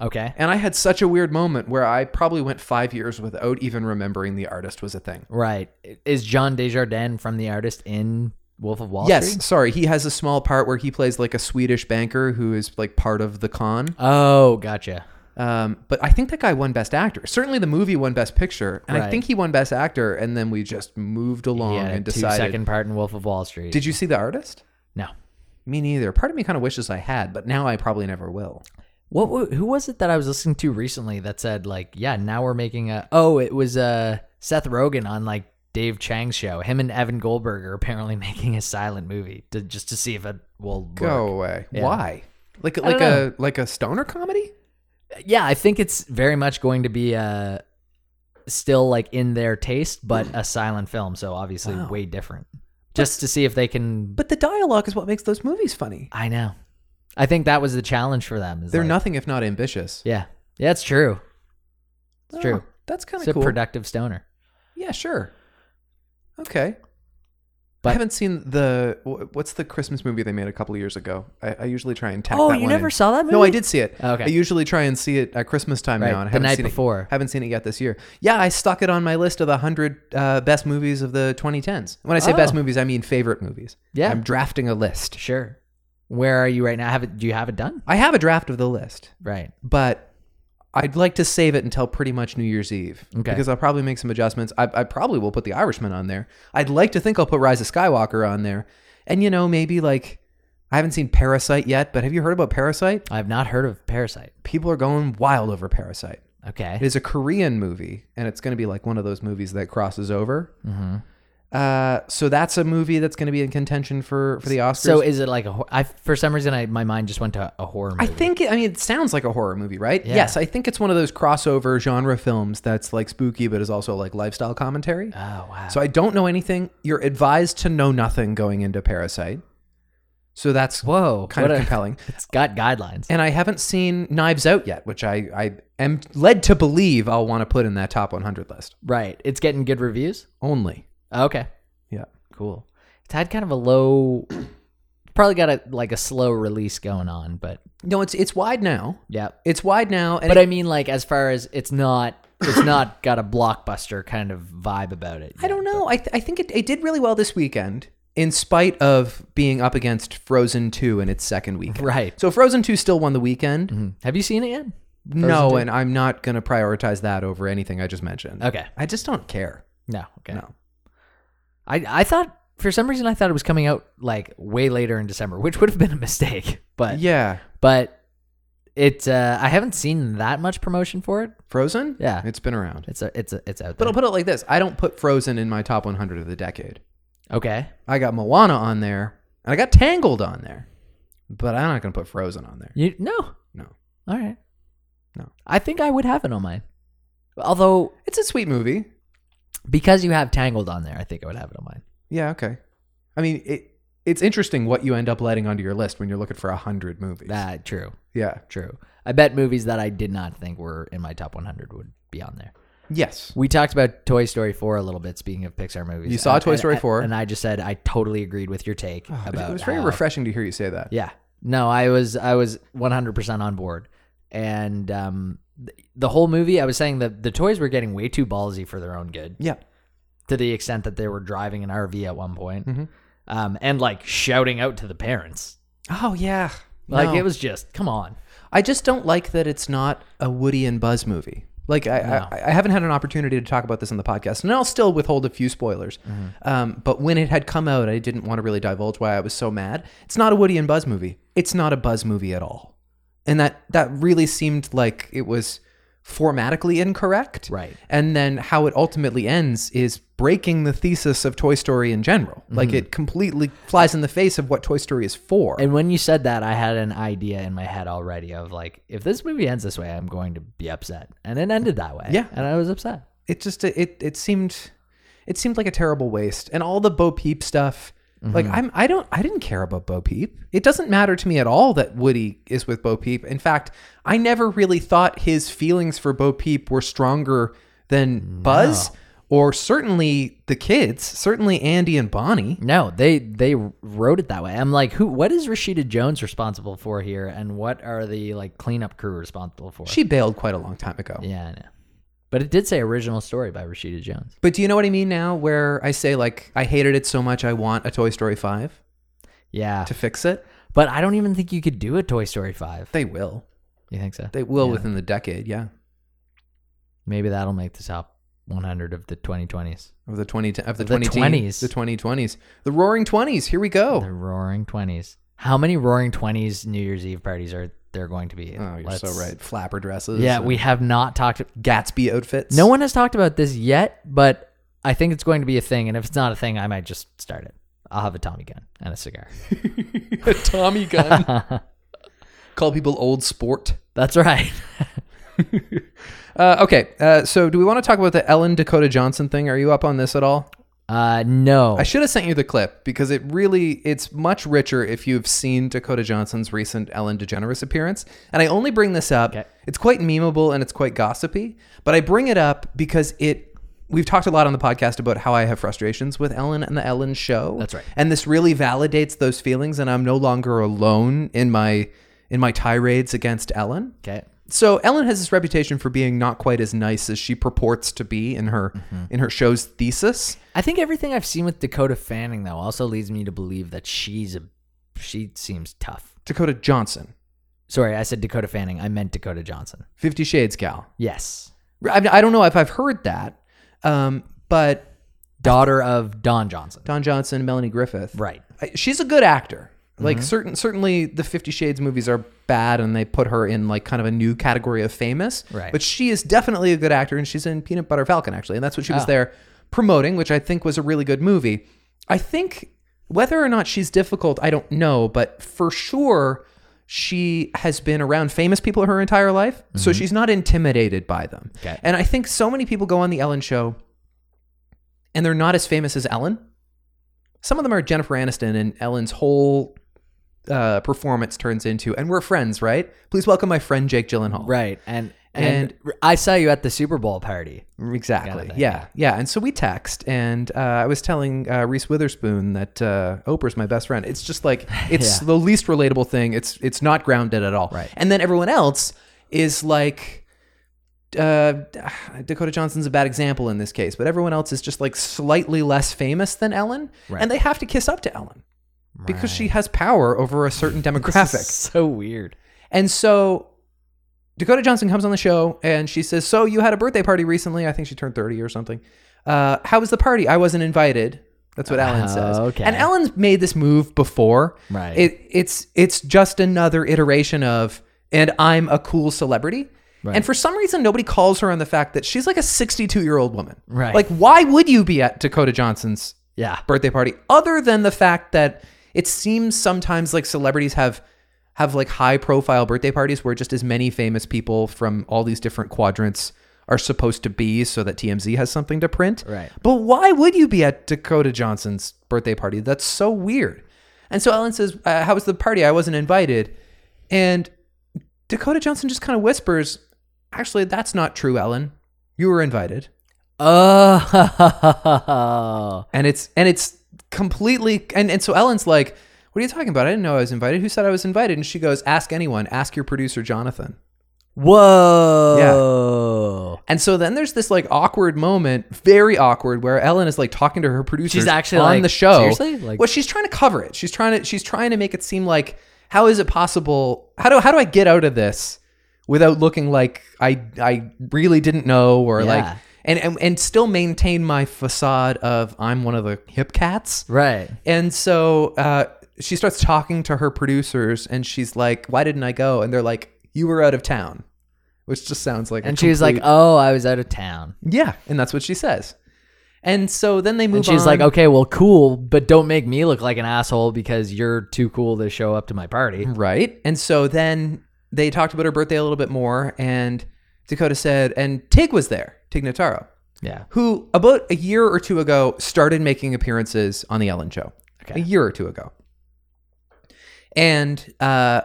[SPEAKER 2] Okay.
[SPEAKER 1] And I had such a weird moment where I probably went five years without even remembering The Artist was a thing.
[SPEAKER 2] Right. Is John Desjardins from the artist in Wolf of Wall
[SPEAKER 1] yes,
[SPEAKER 2] Street?
[SPEAKER 1] sorry. He has a small part where he plays like a Swedish banker who is like part of the con.
[SPEAKER 2] Oh, gotcha.
[SPEAKER 1] Um, but I think that guy won Best Actor. Certainly, the movie won Best Picture, and I
[SPEAKER 2] Right.
[SPEAKER 1] think he won Best Actor. And then we just moved along
[SPEAKER 2] Yeah,
[SPEAKER 1] and
[SPEAKER 2] two
[SPEAKER 1] decided.
[SPEAKER 2] second part in Wolf of Wall Street.
[SPEAKER 1] Did you see The Artist?
[SPEAKER 2] no.
[SPEAKER 1] Me neither. Part of me kind of wishes I had, but now I probably never will.
[SPEAKER 2] What wa- who was it that I was listening to recently that said like, yeah, now we're making a Oh, it was uh Seth Rogen on like Dave Chang's show. Him and Evan Goldberg are apparently making a silent movie to, just to see if it will work.
[SPEAKER 1] Go away.
[SPEAKER 2] Yeah.
[SPEAKER 1] Why? Like like
[SPEAKER 2] dunno.
[SPEAKER 1] a like a stoner comedy?
[SPEAKER 2] Yeah, I think it's very much going to be uh still like in their taste, but a silent film, so obviously
[SPEAKER 1] Wow.
[SPEAKER 2] way different. Just to see if they can
[SPEAKER 1] But the dialogue is what makes those movies funny.
[SPEAKER 2] I know. I think that was the challenge for them. is
[SPEAKER 1] They're
[SPEAKER 2] like-
[SPEAKER 1] nothing if not ambitious.
[SPEAKER 2] Yeah. Yeah, it's true.
[SPEAKER 1] Oh,
[SPEAKER 2] true.
[SPEAKER 1] That's kind
[SPEAKER 2] It's
[SPEAKER 1] of
[SPEAKER 2] a
[SPEAKER 1] cool.
[SPEAKER 2] productive stoner.
[SPEAKER 1] yeah, sure. Okay. I
[SPEAKER 2] But-
[SPEAKER 1] haven't seen the wh- what's the Christmas movie they made a couple of years ago. I, I usually try and tack
[SPEAKER 2] Oh,
[SPEAKER 1] that
[SPEAKER 2] you
[SPEAKER 1] one
[SPEAKER 2] never
[SPEAKER 1] in.
[SPEAKER 2] saw that
[SPEAKER 1] No, I
[SPEAKER 2] movie?
[SPEAKER 1] did see it.
[SPEAKER 2] Okay.
[SPEAKER 1] I usually try and see it at Christmas time
[SPEAKER 2] Right,
[SPEAKER 1] now, and
[SPEAKER 2] the
[SPEAKER 1] I haven't
[SPEAKER 2] night
[SPEAKER 1] seen
[SPEAKER 2] before.
[SPEAKER 1] It, haven't seen it yet this year. Yeah, I stuck it on my list of the hundred uh, best movies of the 2010s. When I say best
[SPEAKER 2] Oh.
[SPEAKER 1] movies, I mean favorite movies.
[SPEAKER 2] Yeah.
[SPEAKER 1] I'm drafting a list.
[SPEAKER 2] Sure. Where are you right now? Have it? Do you have it done?
[SPEAKER 1] I have a draft of the list,
[SPEAKER 2] Right.
[SPEAKER 1] but I'd like to save it until pretty much New Year's Eve
[SPEAKER 2] Okay.
[SPEAKER 1] because I'll probably make some adjustments. I, I probably will put The Irishman on there. I'd like to think I'll put Rise of Skywalker on there, and you know maybe like I haven't seen Parasite yet, but have you heard about Parasite?
[SPEAKER 2] I've not heard of Parasite.
[SPEAKER 1] People are going wild over Parasite.
[SPEAKER 2] Okay.
[SPEAKER 1] It is a Korean movie, and it's going to be like one of those movies that crosses over.
[SPEAKER 2] Mm-hmm.
[SPEAKER 1] Uh, so that's a movie that's going to be in contention for for the Oscars.
[SPEAKER 2] so is it like a? hor- I for some reason I my mind just went to a horror movie.
[SPEAKER 1] I think it, I mean it sounds like a horror movie, right?
[SPEAKER 2] Yeah.
[SPEAKER 1] Yes, I think it's one of those crossover genre films that's like spooky but is also like lifestyle commentary.
[SPEAKER 2] Oh wow.
[SPEAKER 1] so I don't know anything. You're advised to know nothing going into Parasite. So that's
[SPEAKER 2] Whoa.
[SPEAKER 1] kind of
[SPEAKER 2] what a-
[SPEAKER 1] compelling.
[SPEAKER 2] it's got guidelines.
[SPEAKER 1] And I haven't seen Knives Out yet, which I, I am led to believe I'll want to put in that top 100 list
[SPEAKER 2] Right. It's getting good reviews.
[SPEAKER 1] only.
[SPEAKER 2] Okay.
[SPEAKER 1] Yeah.
[SPEAKER 2] Cool. It's had kind of a low. Probably got a like a slow release going on, but
[SPEAKER 1] No, it's it's wide now.
[SPEAKER 2] yeah.
[SPEAKER 1] It's wide now, and
[SPEAKER 2] But
[SPEAKER 1] it-
[SPEAKER 2] I mean, like as far as it's not, it's not got a blockbuster kind of vibe about it.
[SPEAKER 1] I don't know. I, th- I think it, it did really well this weekend, in spite of being up against Frozen 2 in its second weekend.
[SPEAKER 2] Right. Mm-hmm.
[SPEAKER 1] So Frozen 2 still won the weekend.
[SPEAKER 2] Have you seen it yet?
[SPEAKER 1] no,
[SPEAKER 2] 2?
[SPEAKER 1] and I'm not going to prioritize that over anything I just mentioned.
[SPEAKER 2] Okay.
[SPEAKER 1] I just don't care.
[SPEAKER 2] No. Okay.
[SPEAKER 1] No.
[SPEAKER 2] I I thought for some reason I thought it was coming out like way later in December, which would have been a mistake. But
[SPEAKER 1] Yeah.
[SPEAKER 2] but it uh, I haven't seen that much promotion for it.
[SPEAKER 1] Frozen?
[SPEAKER 2] Yeah.
[SPEAKER 1] It's been around.
[SPEAKER 2] It's a, it's a, it's out
[SPEAKER 1] But
[SPEAKER 2] there.
[SPEAKER 1] I'll put it like this I don't put Frozen in my top 100 of the decade.
[SPEAKER 2] okay.
[SPEAKER 1] I got Moana on there, and I got Tangled on there, but I'm not going to put Frozen on there.
[SPEAKER 2] You no.
[SPEAKER 1] No.
[SPEAKER 2] All right.
[SPEAKER 1] No.
[SPEAKER 2] I think I would have it on mine. Although
[SPEAKER 1] It's a sweet movie.
[SPEAKER 2] because you have Tangled on there, I think I would have it on mine.
[SPEAKER 1] Yeah, okay. I mean, it it's interesting what you end up letting onto your list when you're looking for a hundred movies.
[SPEAKER 2] That Ah, true.
[SPEAKER 1] Yeah.
[SPEAKER 2] True. I bet movies that I did not think were in my top 100 would be on there.
[SPEAKER 1] Yes.
[SPEAKER 2] We talked about Toy Story 4 a little bit. Speaking of Pixar movies,
[SPEAKER 1] You saw
[SPEAKER 2] And-
[SPEAKER 1] Toy
[SPEAKER 2] and-
[SPEAKER 1] Story
[SPEAKER 2] and-
[SPEAKER 1] 4.
[SPEAKER 2] and I just said I totally agreed with your take
[SPEAKER 1] Oh,
[SPEAKER 2] about.
[SPEAKER 1] it was very
[SPEAKER 2] how-
[SPEAKER 1] refreshing to hear you say that.
[SPEAKER 2] Yeah, no, I was I was 100 percent on board, and um, th- the whole movie I was saying that the toys were getting way too ballsy for their own good
[SPEAKER 1] Yeah.
[SPEAKER 2] to the extent that they were driving an RV at one point,
[SPEAKER 1] Mhm.
[SPEAKER 2] um, and like shouting out to the parents.
[SPEAKER 1] Oh yeah.
[SPEAKER 2] Like
[SPEAKER 1] No.
[SPEAKER 2] it was just come on.
[SPEAKER 1] I just don't like that it's not a Woody and Buzz movie. Like I, I, I haven't had an opportunity to talk about this on the podcast, and I'll still withhold a few spoilers.
[SPEAKER 2] Mm-hmm.
[SPEAKER 1] Um, but when it had come out, I didn't want to really divulge why I was so mad. It's not a Woody and Buzz movie. It's not a Buzz movie at all, and that that really seemed like it was formatically incorrect.
[SPEAKER 2] Right.
[SPEAKER 1] And then how it ultimately ends is breaking the thesis of Toy Story in general. Like it completely flies in the face of what Toy Story is for.
[SPEAKER 2] Mm-hmm. And when you said that, I had an idea in my head already of like, if this movie ends this way, I'm going to be upset. And it ended that way.
[SPEAKER 1] Yeah.
[SPEAKER 2] And I was upset.
[SPEAKER 1] it just it it seemed it seemed like a terrible waste and all the bo peep stuff
[SPEAKER 2] Mm-hmm.
[SPEAKER 1] like i'm i don't i didn't care about bo peep it doesn't matter to me at all that woody is with bo peep in fact i never really thought his feelings for bo peep were stronger than buzz or certainly the kids, certainly Andy and Bonnie.
[SPEAKER 2] No, they they wrote it that way. I'm like, who? What is Rashida Jones responsible for here, and what are the like cleanup crew responsible for?
[SPEAKER 1] She bailed quite a long time ago.
[SPEAKER 2] yeah, I know. But it did say original story by Rashida Jones.
[SPEAKER 1] But do you know what I mean now where I say like I hated it so much I want a Toy Story 5
[SPEAKER 2] Yeah,
[SPEAKER 1] to fix it?
[SPEAKER 2] but I don't even think you could do a Toy Story five.
[SPEAKER 1] They will.
[SPEAKER 2] You think so?
[SPEAKER 1] They will
[SPEAKER 2] Yeah.
[SPEAKER 1] within the decade, yeah.
[SPEAKER 2] Maybe that'll make the top 100 of the 2020s.
[SPEAKER 1] Of the 20 of the,
[SPEAKER 2] Of the
[SPEAKER 1] 20s.
[SPEAKER 2] 20s.
[SPEAKER 1] The 2020s. The roaring 20s. Here we go.
[SPEAKER 2] The Roaring Twenties. How many Roaring Twenties New Year's Eve parties are there going to be?
[SPEAKER 1] Oh, you're so
[SPEAKER 2] Let's-
[SPEAKER 1] right. Flapper dresses.
[SPEAKER 2] Yeah,
[SPEAKER 1] and
[SPEAKER 2] we have not talked.
[SPEAKER 1] Gatsby outfits.
[SPEAKER 2] No one has talked about this yet, but I think it's going to be a thing. And if it's not a thing, I might just start it. I'll have a Tommy gun and a cigar.
[SPEAKER 1] a Tommy gun. Call people old sport.
[SPEAKER 2] That's right.
[SPEAKER 1] Uh, okay, uh, so do we want to talk about the Ellen Dakota Johnson thing? Are you up on this at all?
[SPEAKER 2] Uh, no.
[SPEAKER 1] I should have sent you the clip because it really it's much richer if you've seen Dakota Johnson's recent Ellen DeGeneres appearance. And I only bring this up.
[SPEAKER 2] Okay.
[SPEAKER 1] It's quite memeable and it's quite gossipy, but I bring it up because it we've talked a lot on the podcast about how I have frustrations with Ellen and the Ellen show.
[SPEAKER 2] That's right.
[SPEAKER 1] And this really validates those feelings and I'm no longer alone in my in my tirades against Ellen.
[SPEAKER 2] okay.
[SPEAKER 1] So Ellen has this reputation for being not quite as nice as she purports to be in her
[SPEAKER 2] Mm-hmm.
[SPEAKER 1] in her show's thesis.
[SPEAKER 2] I think everything I've seen with Dakota Fanning though also leads me to believe that she's a she seems tough.
[SPEAKER 1] Dakota Johnson,
[SPEAKER 2] Sorry, I said Dakota Fanning. I meant Dakota Johnson.
[SPEAKER 1] Fifty Shades gal.
[SPEAKER 2] Yes.
[SPEAKER 1] I, I don't know if I've heard that, um, but
[SPEAKER 2] Daughter of Don Johnson.
[SPEAKER 1] Don Johnson, Melanie Griffith,
[SPEAKER 2] Right.
[SPEAKER 1] I- she's a good actor. Like
[SPEAKER 2] Mm-hmm.
[SPEAKER 1] certain, certainly the Fifty Shades movies are bad, and they put her in like kind of a new category of famous.
[SPEAKER 2] Right.
[SPEAKER 1] But she is definitely a good actor, and she's in Peanut Butter Falcon actually, and that's what she was
[SPEAKER 2] Ah.
[SPEAKER 1] there promoting, which I think was a really good movie. I think whether or not she's difficult, I don't know, but for sure she has been around famous people her entire life, so she's not intimidated by them.
[SPEAKER 2] Mm-hmm. Okay.
[SPEAKER 1] And I think so many people go on the Ellen Show, and they're not as famous as Ellen some of them are Jennifer Aniston, and Ellen's whole uh, performance turns into, and we're friends, right? Please welcome my friend Jake Gyllenhaal.
[SPEAKER 2] Right. And, and I saw you at the Super Bowl party.
[SPEAKER 1] Exactly.
[SPEAKER 2] Kind of thing,
[SPEAKER 1] yeah. Yeah. And so we text, and uh, I was telling uh, Reese Witherspoon that uh, Oprah's my best friend. It's just like it's
[SPEAKER 2] Yeah.
[SPEAKER 1] the least relatable thing. It's it's not grounded at all.
[SPEAKER 2] Right.
[SPEAKER 1] And then everyone else is like. Uh, Dakota Johnson's a bad example in this case, but everyone else is just like slightly less famous than Ellen,
[SPEAKER 2] Right.
[SPEAKER 1] and they have to kiss up to Ellen because she has power over a certain demographic.
[SPEAKER 2] so weird.
[SPEAKER 1] And so Dakota Johnson comes on the show and she says, So you had a birthday party recently. I think she turned 30 or something. Uh, how was the party? I wasn't invited. That's what Ellen
[SPEAKER 2] Oh,
[SPEAKER 1] says.
[SPEAKER 2] okay.
[SPEAKER 1] And Ellen's made this move before.
[SPEAKER 2] Right.
[SPEAKER 1] It, it's it's just another iteration of, and I'm a cool celebrity.
[SPEAKER 2] Right.
[SPEAKER 1] And for some reason, nobody calls her on the fact that she's like a 62 year old woman.
[SPEAKER 2] Right.
[SPEAKER 1] Like, why would you be at Dakota Johnson's
[SPEAKER 2] Yeah.
[SPEAKER 1] birthday party other than the fact that it seems sometimes like celebrities have have like high profile birthday parties where just as many famous people from all these different quadrants are supposed to be so that TMZ has something to print.
[SPEAKER 2] Right.
[SPEAKER 1] But why would you be at Dakota Johnson's birthday party? That's so weird. And so Ellen says, uh, "How was the party? I wasn't invited." And Dakota Johnson just kind of whispers, "Actually, that's not true, Ellen. You were invited."
[SPEAKER 2] Oh.
[SPEAKER 1] and it's and it's completely and and so Ellen's like, "What are you talking about? I didn't know I was invited. Who said I was invited?" And she goes, "Ask anyone. Ask your producer Jonathan."
[SPEAKER 2] Whoa.
[SPEAKER 1] And so then there's this like awkward moment, very awkward, where Ellen is like talking to her producer.
[SPEAKER 2] She's actually
[SPEAKER 1] on
[SPEAKER 2] like,
[SPEAKER 1] the show.
[SPEAKER 2] "Seriously?" Like-
[SPEAKER 1] well, she's trying to cover it. She's trying to she's trying to make it seem like how is it possible? How do how do I get out of this without looking like I I really didn't know or
[SPEAKER 2] Yeah.
[SPEAKER 1] like and, and and still maintain my facade of I'm one of the hip cats.
[SPEAKER 2] Right.
[SPEAKER 1] And so uh, she starts talking to her producers, and she's like, "Why didn't I go?" And they're like, "You were out of town," which just sounds like. a
[SPEAKER 2] And she was like,
[SPEAKER 1] complete-
[SPEAKER 2] "Oh, I was out of town."
[SPEAKER 1] "Yeah," and that's what she says. And so then they move.
[SPEAKER 2] And she's
[SPEAKER 1] on.
[SPEAKER 2] like, "Okay, well, cool, but don't make me look like an asshole because you're too cool to show up to my party."
[SPEAKER 1] Right. And so then they talked about her birthday a little bit more, and Dakota said, and Tig was there, Tig Notaro,
[SPEAKER 2] Yeah.
[SPEAKER 1] who about a year or two ago started making appearances on the Ellen Show.
[SPEAKER 2] Okay.
[SPEAKER 1] A year or two ago. And uh,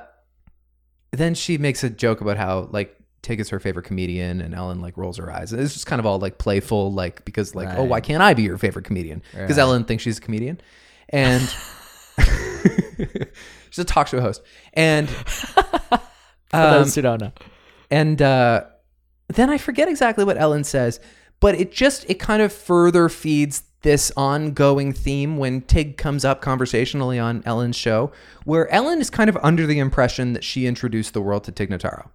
[SPEAKER 1] then she makes a joke about how like Tig is her favorite comedian, and Ellen like rolls her eyes. It's just kind of all like playful, like because like oh
[SPEAKER 2] Right.
[SPEAKER 1] why can't I be your favorite comedian? Because Ellen thinks she's a comedian, and she's a talk show host, and
[SPEAKER 2] For
[SPEAKER 1] Um,
[SPEAKER 2] those who don't know.
[SPEAKER 1] and uh, then I forget exactly what Ellen says, but it just it kind of further feeds this ongoing theme when Tig comes up conversationally on Ellen's show, where Ellen is kind of under the impression that she introduced the world to Tig Notaro.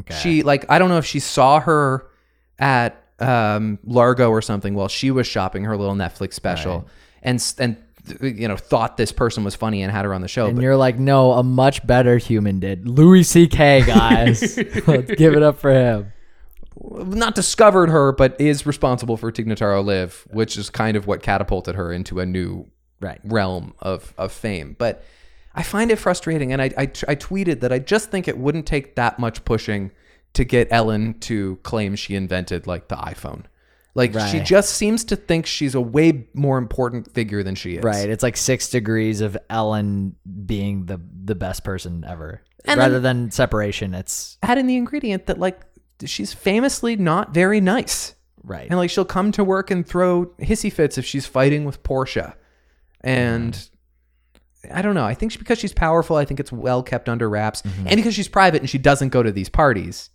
[SPEAKER 2] Okay.
[SPEAKER 1] She like I don't know if she saw her at um, Largo or something while she was shopping her little Netflix special, and s and you know thought this person was funny and had her on the show.
[SPEAKER 2] and
[SPEAKER 1] but-
[SPEAKER 2] you're like, no, a much better human did. Louis C.K., guys. Let's give it up for him.
[SPEAKER 1] not discovered her, but is responsible for Tignataro Live, which is kind of what catapulted her into a new
[SPEAKER 2] Right.
[SPEAKER 1] realm of, of fame. But I find it frustrating, and I, I, I tweeted that I just think it wouldn't take that much pushing to get Ellen to claim she invented like the iPhone. Like she
[SPEAKER 2] Right.
[SPEAKER 1] just seems to think she's a way more important figure than she is.
[SPEAKER 2] Right. It's like six degrees of Ellen being the the best person ever.
[SPEAKER 1] And
[SPEAKER 2] Rather than separation, it's
[SPEAKER 1] Add in the ingredient that like she's famously not very nice.
[SPEAKER 2] right.
[SPEAKER 1] And like she'll come to work and throw hissy fits if she's fighting with Portia. And I don't know. I think she, because she's powerful, I think it's well kept under wraps. And because she's private and she doesn't go to these parties,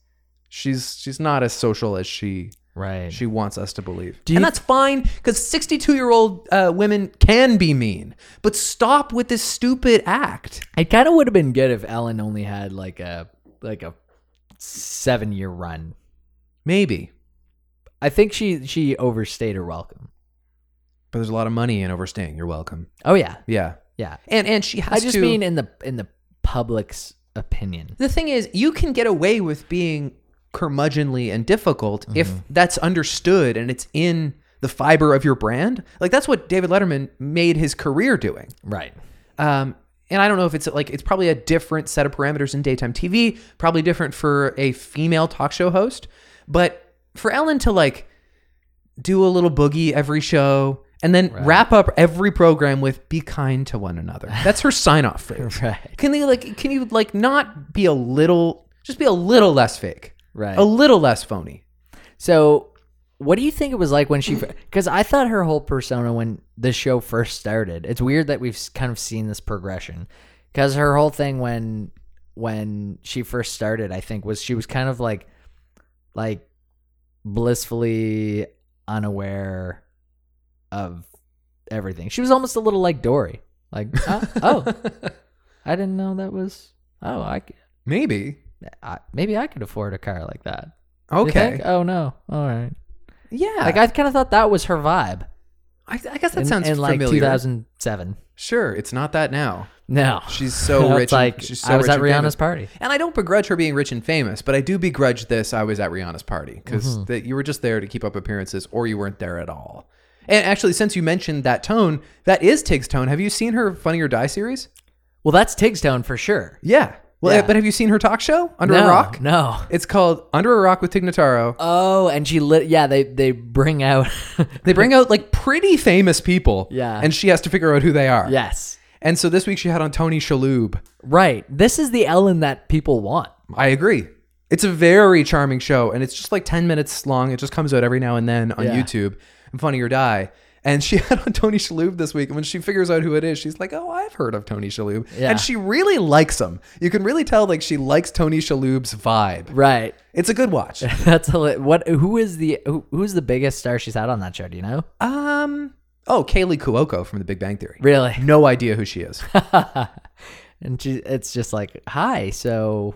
[SPEAKER 1] she's she's not as social as she
[SPEAKER 2] right.
[SPEAKER 1] she wants us to believe.
[SPEAKER 2] you-
[SPEAKER 1] and that's fine because 62 year old uh, women can be mean. But stop with this stupid act.
[SPEAKER 2] It kind of would have been good if Ellen only had like a like a seven year run.
[SPEAKER 1] Maybe.
[SPEAKER 2] I think she she overstayed her welcome.
[SPEAKER 1] But there's a lot of money in overstaying. You're welcome.
[SPEAKER 2] Oh yeah,
[SPEAKER 1] Yeah.
[SPEAKER 2] yeah.
[SPEAKER 1] And and she has
[SPEAKER 2] I just
[SPEAKER 1] to
[SPEAKER 2] mean in the in the public's opinion.
[SPEAKER 1] the thing is you can get away with being curmudgeonly and difficult if that's understood and it's in the fiber of your brand like that's what david letterman made his career doing
[SPEAKER 2] Right.
[SPEAKER 1] um, and i don't know if it's like it's probably a different set of parameters in daytime tv probably different for a female talk show host but for ellen to like do a little boogie every show and then wrap up every program with be kind to one another that's her sign off phrase
[SPEAKER 2] Right.
[SPEAKER 1] can they like? Can you like not be a little? Just be a little less fake,
[SPEAKER 2] Right.
[SPEAKER 1] a little less phony.
[SPEAKER 2] So, what do you think it was like when she? Because I thought her whole persona when the show first started. It's weird that we've s- kind of seen this progression. Because her whole thing when when she first started, I think, was she was kind of like like blissfully unaware of everything. She was almost a little like Dory. Like, uh, oh, I didn't know that was. Oh, I, c-
[SPEAKER 1] Maybe.
[SPEAKER 2] I- maybe I could afford a car like that. You
[SPEAKER 1] Okay.
[SPEAKER 2] think? Oh no. All right.
[SPEAKER 1] yeah.
[SPEAKER 2] Like I kind of thought that was her vibe.
[SPEAKER 1] I, I guess that
[SPEAKER 2] in,
[SPEAKER 1] sounds
[SPEAKER 2] in like
[SPEAKER 1] familiar.
[SPEAKER 2] 2007.
[SPEAKER 1] sure, it's not that now.
[SPEAKER 2] No,
[SPEAKER 1] She's so rich.
[SPEAKER 2] It's like
[SPEAKER 1] and, she's so
[SPEAKER 2] I was
[SPEAKER 1] rich
[SPEAKER 2] at
[SPEAKER 1] and famous.
[SPEAKER 2] Rihanna's party.
[SPEAKER 1] And I don't begrudge her being rich and famous, but I do begrudge this. I was at Rihanna's party because
[SPEAKER 2] Mm-hmm.
[SPEAKER 1] that you were just there to keep up appearances, or you weren't there at all. And actually, since you mentioned that tone, that is Tig's tone. Have you seen her Funny or Die series?
[SPEAKER 2] Well, that's Tigstone for sure.
[SPEAKER 1] Yeah. Well,
[SPEAKER 2] Yeah.
[SPEAKER 1] but have you seen her talk show Under
[SPEAKER 2] no,
[SPEAKER 1] a Rock?
[SPEAKER 2] No.
[SPEAKER 1] It's called Under a Rock with Tig Notaro.
[SPEAKER 2] Oh, and she lit. Yeah, they they bring out.
[SPEAKER 1] They bring out like pretty famous people.
[SPEAKER 2] Yeah.
[SPEAKER 1] And she has to figure out who they are.
[SPEAKER 2] yes.
[SPEAKER 1] And so this week she had on Tony Shalhoub.
[SPEAKER 2] Right. This is the Ellen that people want.
[SPEAKER 1] I agree. It's a very charming show and it's just like 10 minutes long. It just comes out every now and then on
[SPEAKER 2] Yeah.
[SPEAKER 1] YouTube. And Funny or Die. And she had on Tony Shalhoub this week. And when she figures out who it is, she's like, oh, I've heard of Tony Shalhoub.
[SPEAKER 2] Yeah.
[SPEAKER 1] And she really likes him. You can really tell like she likes Tony Shalhoub's vibe.
[SPEAKER 2] Right.
[SPEAKER 1] It's a good watch.
[SPEAKER 2] That's a li- what. Who is the who, who's the biggest star she's had on that show? Do you know?
[SPEAKER 1] um, oh, Kaylee Cuoco from The Big Bang Theory.
[SPEAKER 2] Really.
[SPEAKER 1] No idea who she is.
[SPEAKER 2] and she, it's just like, hi. So,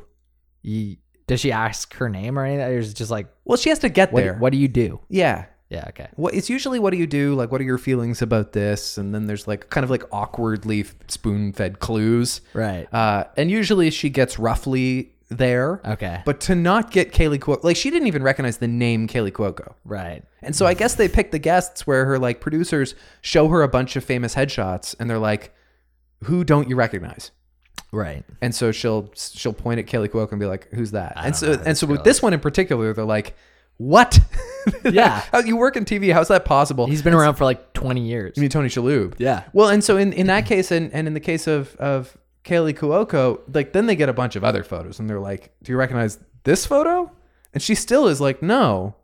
[SPEAKER 2] you, does she ask her name or anything? Or is it just like,
[SPEAKER 1] Well, she has to get
[SPEAKER 2] what,
[SPEAKER 1] there.
[SPEAKER 2] what do you do?
[SPEAKER 1] Yeah.
[SPEAKER 2] Yeah. Okay.
[SPEAKER 1] What it's usually what do you do? Like what are your feelings about this? And then there's like kind of like awkwardly spoon-fed clues.
[SPEAKER 2] Right.
[SPEAKER 1] Uh, and usually she gets roughly there.
[SPEAKER 2] Okay.
[SPEAKER 1] But to not get Kaylee Cuoco, like she didn't even recognize the name Kaylee Cuoco.
[SPEAKER 2] Right.
[SPEAKER 1] And so I guess they picked the guests where her like producers show her a bunch of famous headshots and they're like, "Who don't you recognize?"
[SPEAKER 2] Right.
[SPEAKER 1] And so she'll she'll point at Kaylee Cuoco and be like, "Who's that?" And
[SPEAKER 2] don't
[SPEAKER 1] so
[SPEAKER 2] know who
[SPEAKER 1] and
[SPEAKER 2] this
[SPEAKER 1] so with
[SPEAKER 2] girl
[SPEAKER 1] this one in particular, they're like, "What?"
[SPEAKER 2] Yeah.
[SPEAKER 1] How- you work in TV? How's that possible?
[SPEAKER 2] He's been around for like 20 years.
[SPEAKER 1] You mean Tony Shalhoub?
[SPEAKER 2] Yeah.
[SPEAKER 1] Well, and so in, in that case, and, and in the case of of Kaylee Cuoco, like then they get a bunch of other photos, and they're like, "Do you recognize this photo?" And she still is like, no.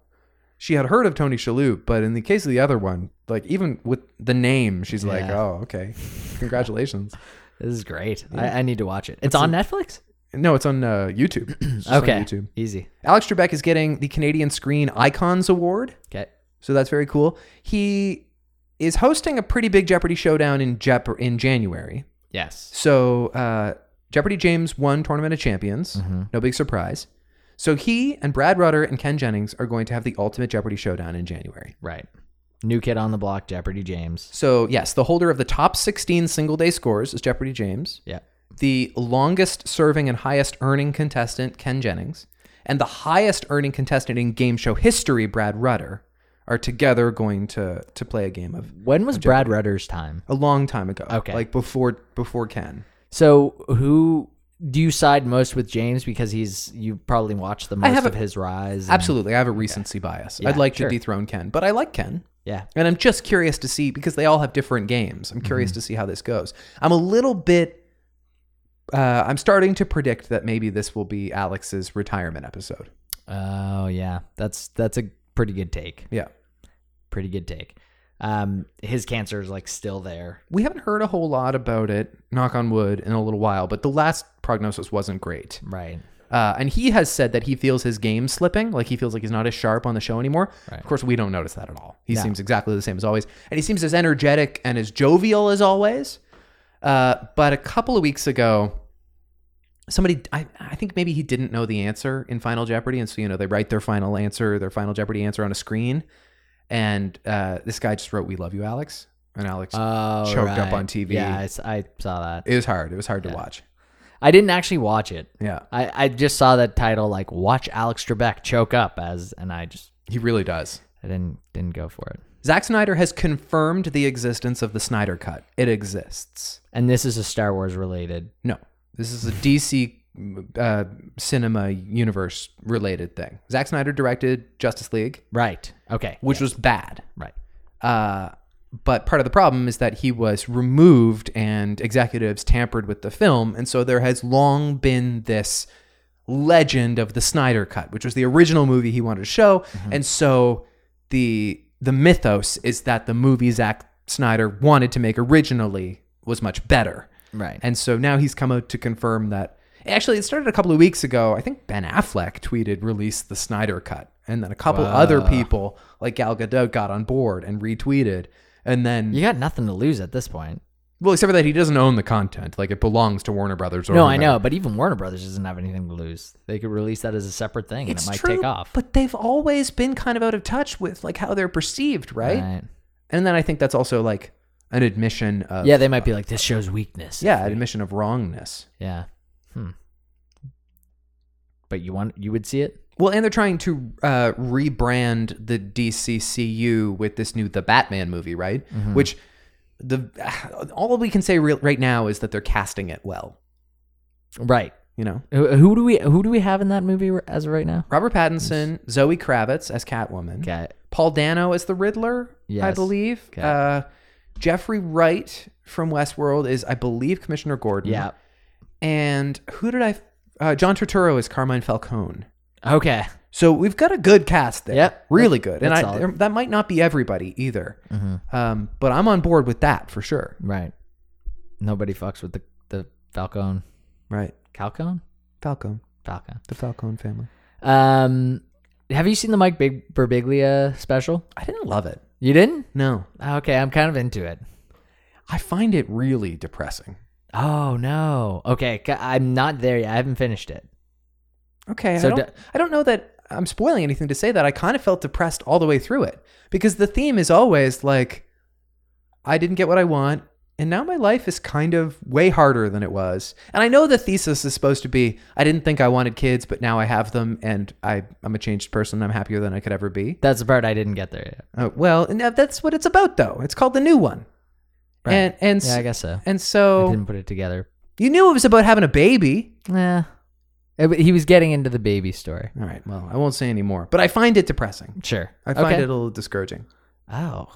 [SPEAKER 1] She had heard of Tony Shalhoub, but in the case of the other one, like even with the name, she's like,
[SPEAKER 2] Yeah.
[SPEAKER 1] oh, okay, congratulations.
[SPEAKER 2] This is great. I, I need to watch it. It's on Netflix.
[SPEAKER 1] no, it's on uh, YouTube. It's just on
[SPEAKER 2] okay,
[SPEAKER 1] YouTube.
[SPEAKER 2] easy.
[SPEAKER 1] Alex Trebek is getting the Canadian Screen Icons Award,
[SPEAKER 2] Okay,
[SPEAKER 1] so that's very cool. He is hosting a pretty big Jeopardy showdown in Jeop- in January.
[SPEAKER 2] yes.
[SPEAKER 1] So uh, Jeopardy James won Tournament of Champions. No big surprise. So he and Brad Rutter and Ken Jennings are going to have the ultimate Jeopardy showdown in January.
[SPEAKER 2] Right. New Kid on the Block, Jeopardy James.
[SPEAKER 1] So yes, the holder of the top 16 single day scores is Jeopardy James.
[SPEAKER 2] Yeah.
[SPEAKER 1] The longest serving and highest earning contestant Ken Jennings, and the highest earning contestant in game show history Brad Rutter are together going to to play a game of
[SPEAKER 2] When was Brad Rutter's time?
[SPEAKER 1] a long time ago.
[SPEAKER 2] Okay. Mm-hmm.
[SPEAKER 1] like before before Ken.
[SPEAKER 2] So who do you side most with James because he's you probably watched the most
[SPEAKER 1] have
[SPEAKER 2] of
[SPEAKER 1] a-
[SPEAKER 2] his rise? and-
[SPEAKER 1] Absolutely, I have a recency bias.
[SPEAKER 2] Yeah,
[SPEAKER 1] I'd like
[SPEAKER 2] sure.
[SPEAKER 1] to dethrone Ken, but I like Ken.
[SPEAKER 2] Yeah.
[SPEAKER 1] And I'm just curious to see because they all have different games. I'm curious
[SPEAKER 2] Mm-hmm.
[SPEAKER 1] to see how this goes. I'm a little bit. Uh, I'm starting to predict that maybe this will be Alex's retirement episode.
[SPEAKER 2] Oh yeah. That's that's a pretty good take.
[SPEAKER 1] Yeah,
[SPEAKER 2] Pretty good take. Um, his cancer is like still there.
[SPEAKER 1] we haven't heard a whole lot about it. Knock on wood, in a little while. But the last prognosis wasn't great.
[SPEAKER 2] Right.
[SPEAKER 1] Uh, and he has said that he feels his game slipping, like he feels like he's not as sharp on the show anymore.
[SPEAKER 2] Right.
[SPEAKER 1] Of course, we don't notice that at all. He
[SPEAKER 2] No.
[SPEAKER 1] seems exactly the same as always, and he seems as energetic and as jovial as always. Uh, but a couple of weeks ago, somebody, I, I think maybe he didn't know the answer in Final Jeopardy, and so you know they write their final answer, their Final Jeopardy answer on a screen, and uh, this guy just wrote "We love you, Alex," and Alex.
[SPEAKER 2] Oh,
[SPEAKER 1] Choked up
[SPEAKER 2] right.
[SPEAKER 1] on TV.
[SPEAKER 2] Yeah, I s- I, saw that.
[SPEAKER 1] it was hard. It was hard to watch.
[SPEAKER 2] I didn't actually watch it.
[SPEAKER 1] Yeah,
[SPEAKER 2] I, I just saw that title like watch Alex Trebek choke up as and I just
[SPEAKER 1] he really does.
[SPEAKER 2] I didn't didn't go for it.
[SPEAKER 1] Zack Snyder has confirmed the existence of the Snyder Cut. It exists.
[SPEAKER 2] And this is a Star Wars related.
[SPEAKER 1] No, this is a DC uh, cinema universe related thing. Zack Snyder directed Justice League,
[SPEAKER 2] Right. Okay.
[SPEAKER 1] which was bad.
[SPEAKER 2] Right.
[SPEAKER 1] Uh, but part of the problem is that he was removed and executives tampered with the film. And so there has long been this legend of the Snyder Cut, which was the original movie he wanted to show. And so the the mythos is that the movie Zack Snyder wanted to make originally was much better.
[SPEAKER 2] Right.
[SPEAKER 1] And so now he's come out to confirm that. Actually, it started a couple of weeks ago. I think Ben Affleck tweeted, release the Snyder cut. And then a couple other people, like Gal Gadot, got on board and retweeted. And then,
[SPEAKER 2] you got nothing to lose at this point.
[SPEAKER 1] well, except for that, he doesn't own the content. Like, it belongs to Warner Brothers. Or
[SPEAKER 2] No, I
[SPEAKER 1] whomever.
[SPEAKER 2] know, but even Warner Brothers doesn't have anything to lose. They could release that as a separate thing
[SPEAKER 1] It's
[SPEAKER 2] and it might
[SPEAKER 1] true,
[SPEAKER 2] take off.
[SPEAKER 1] but they've always been kind of out of touch with like how they're perceived, right? And then I think that's also like an admission of
[SPEAKER 2] Yeah, they might be like, this shows weakness.
[SPEAKER 1] yeah, an admission of wrongness.
[SPEAKER 2] Yeah. Hmm. But you want you would see it?
[SPEAKER 1] Well, and they're trying to uh, rebrand the DCCU with this new The Batman movie, right?
[SPEAKER 2] Mm-hmm.
[SPEAKER 1] Which the all we can say real right now is that they're casting it well.
[SPEAKER 2] Right.
[SPEAKER 1] You know,
[SPEAKER 2] Who, who do we who do we have in that movie r- as of right now?
[SPEAKER 1] Robert Pattinson, Zoe Kravitz as Catwoman,
[SPEAKER 2] Okay.
[SPEAKER 1] Paul Dano as the Riddler, I
[SPEAKER 2] Yes.
[SPEAKER 1] believe.
[SPEAKER 2] Okay.
[SPEAKER 1] Uh, Jeffrey Wright from Westworld is, I believe, Commissioner Gordon.
[SPEAKER 2] Yeah.
[SPEAKER 1] And who did I? Uh, John Turturro is Carmine Falcone.
[SPEAKER 2] Okay.
[SPEAKER 1] So we've got a good cast there.
[SPEAKER 2] Yep.
[SPEAKER 1] Really good. And
[SPEAKER 2] That's
[SPEAKER 1] I,
[SPEAKER 2] solid.
[SPEAKER 1] there- that might not be everybody either. Um, but I'm on board with that for sure.
[SPEAKER 2] Right. Nobody fucks with the the Falcon.
[SPEAKER 1] Right.
[SPEAKER 2] Falcon?
[SPEAKER 1] Falcone,
[SPEAKER 2] Falcon.
[SPEAKER 1] the Falcone family.
[SPEAKER 2] Um have you seen the Mike Big Birbiglia special?
[SPEAKER 1] I didn't love it.
[SPEAKER 2] You didn't?
[SPEAKER 1] No.
[SPEAKER 2] Okay, I'm kind of into it.
[SPEAKER 1] I find it really depressing.
[SPEAKER 2] Oh no. Okay, c- I'm not there yet. I haven't finished it.
[SPEAKER 1] Okay.
[SPEAKER 2] So
[SPEAKER 1] I, don't,
[SPEAKER 2] do-
[SPEAKER 1] I don't know that I'm spoiling anything to say that I kind of felt depressed all the way through it because the theme is always like, I didn't get what I want. And now my life is kind of way harder than it was. And I know the thesis is supposed to be I didn't think I wanted kids, but now I have them and I, I'm a changed person. I'm happier than I could ever be.
[SPEAKER 2] That's the part I didn't get there yet.
[SPEAKER 1] Uh, well, and that- that's what it's about, though. It's called The New One.
[SPEAKER 2] Right.
[SPEAKER 1] And, and, s-
[SPEAKER 2] Yeah, I guess so.
[SPEAKER 1] and
[SPEAKER 2] I
[SPEAKER 1] so
[SPEAKER 2] didn't put it together.
[SPEAKER 1] you knew it was about having a baby.
[SPEAKER 2] Yeah. But he was getting into the baby story.
[SPEAKER 1] All right. Well, I won't say any more, but I find it depressing.
[SPEAKER 2] Sure.
[SPEAKER 1] I find
[SPEAKER 2] okay.
[SPEAKER 1] it a little discouraging.
[SPEAKER 2] Oh.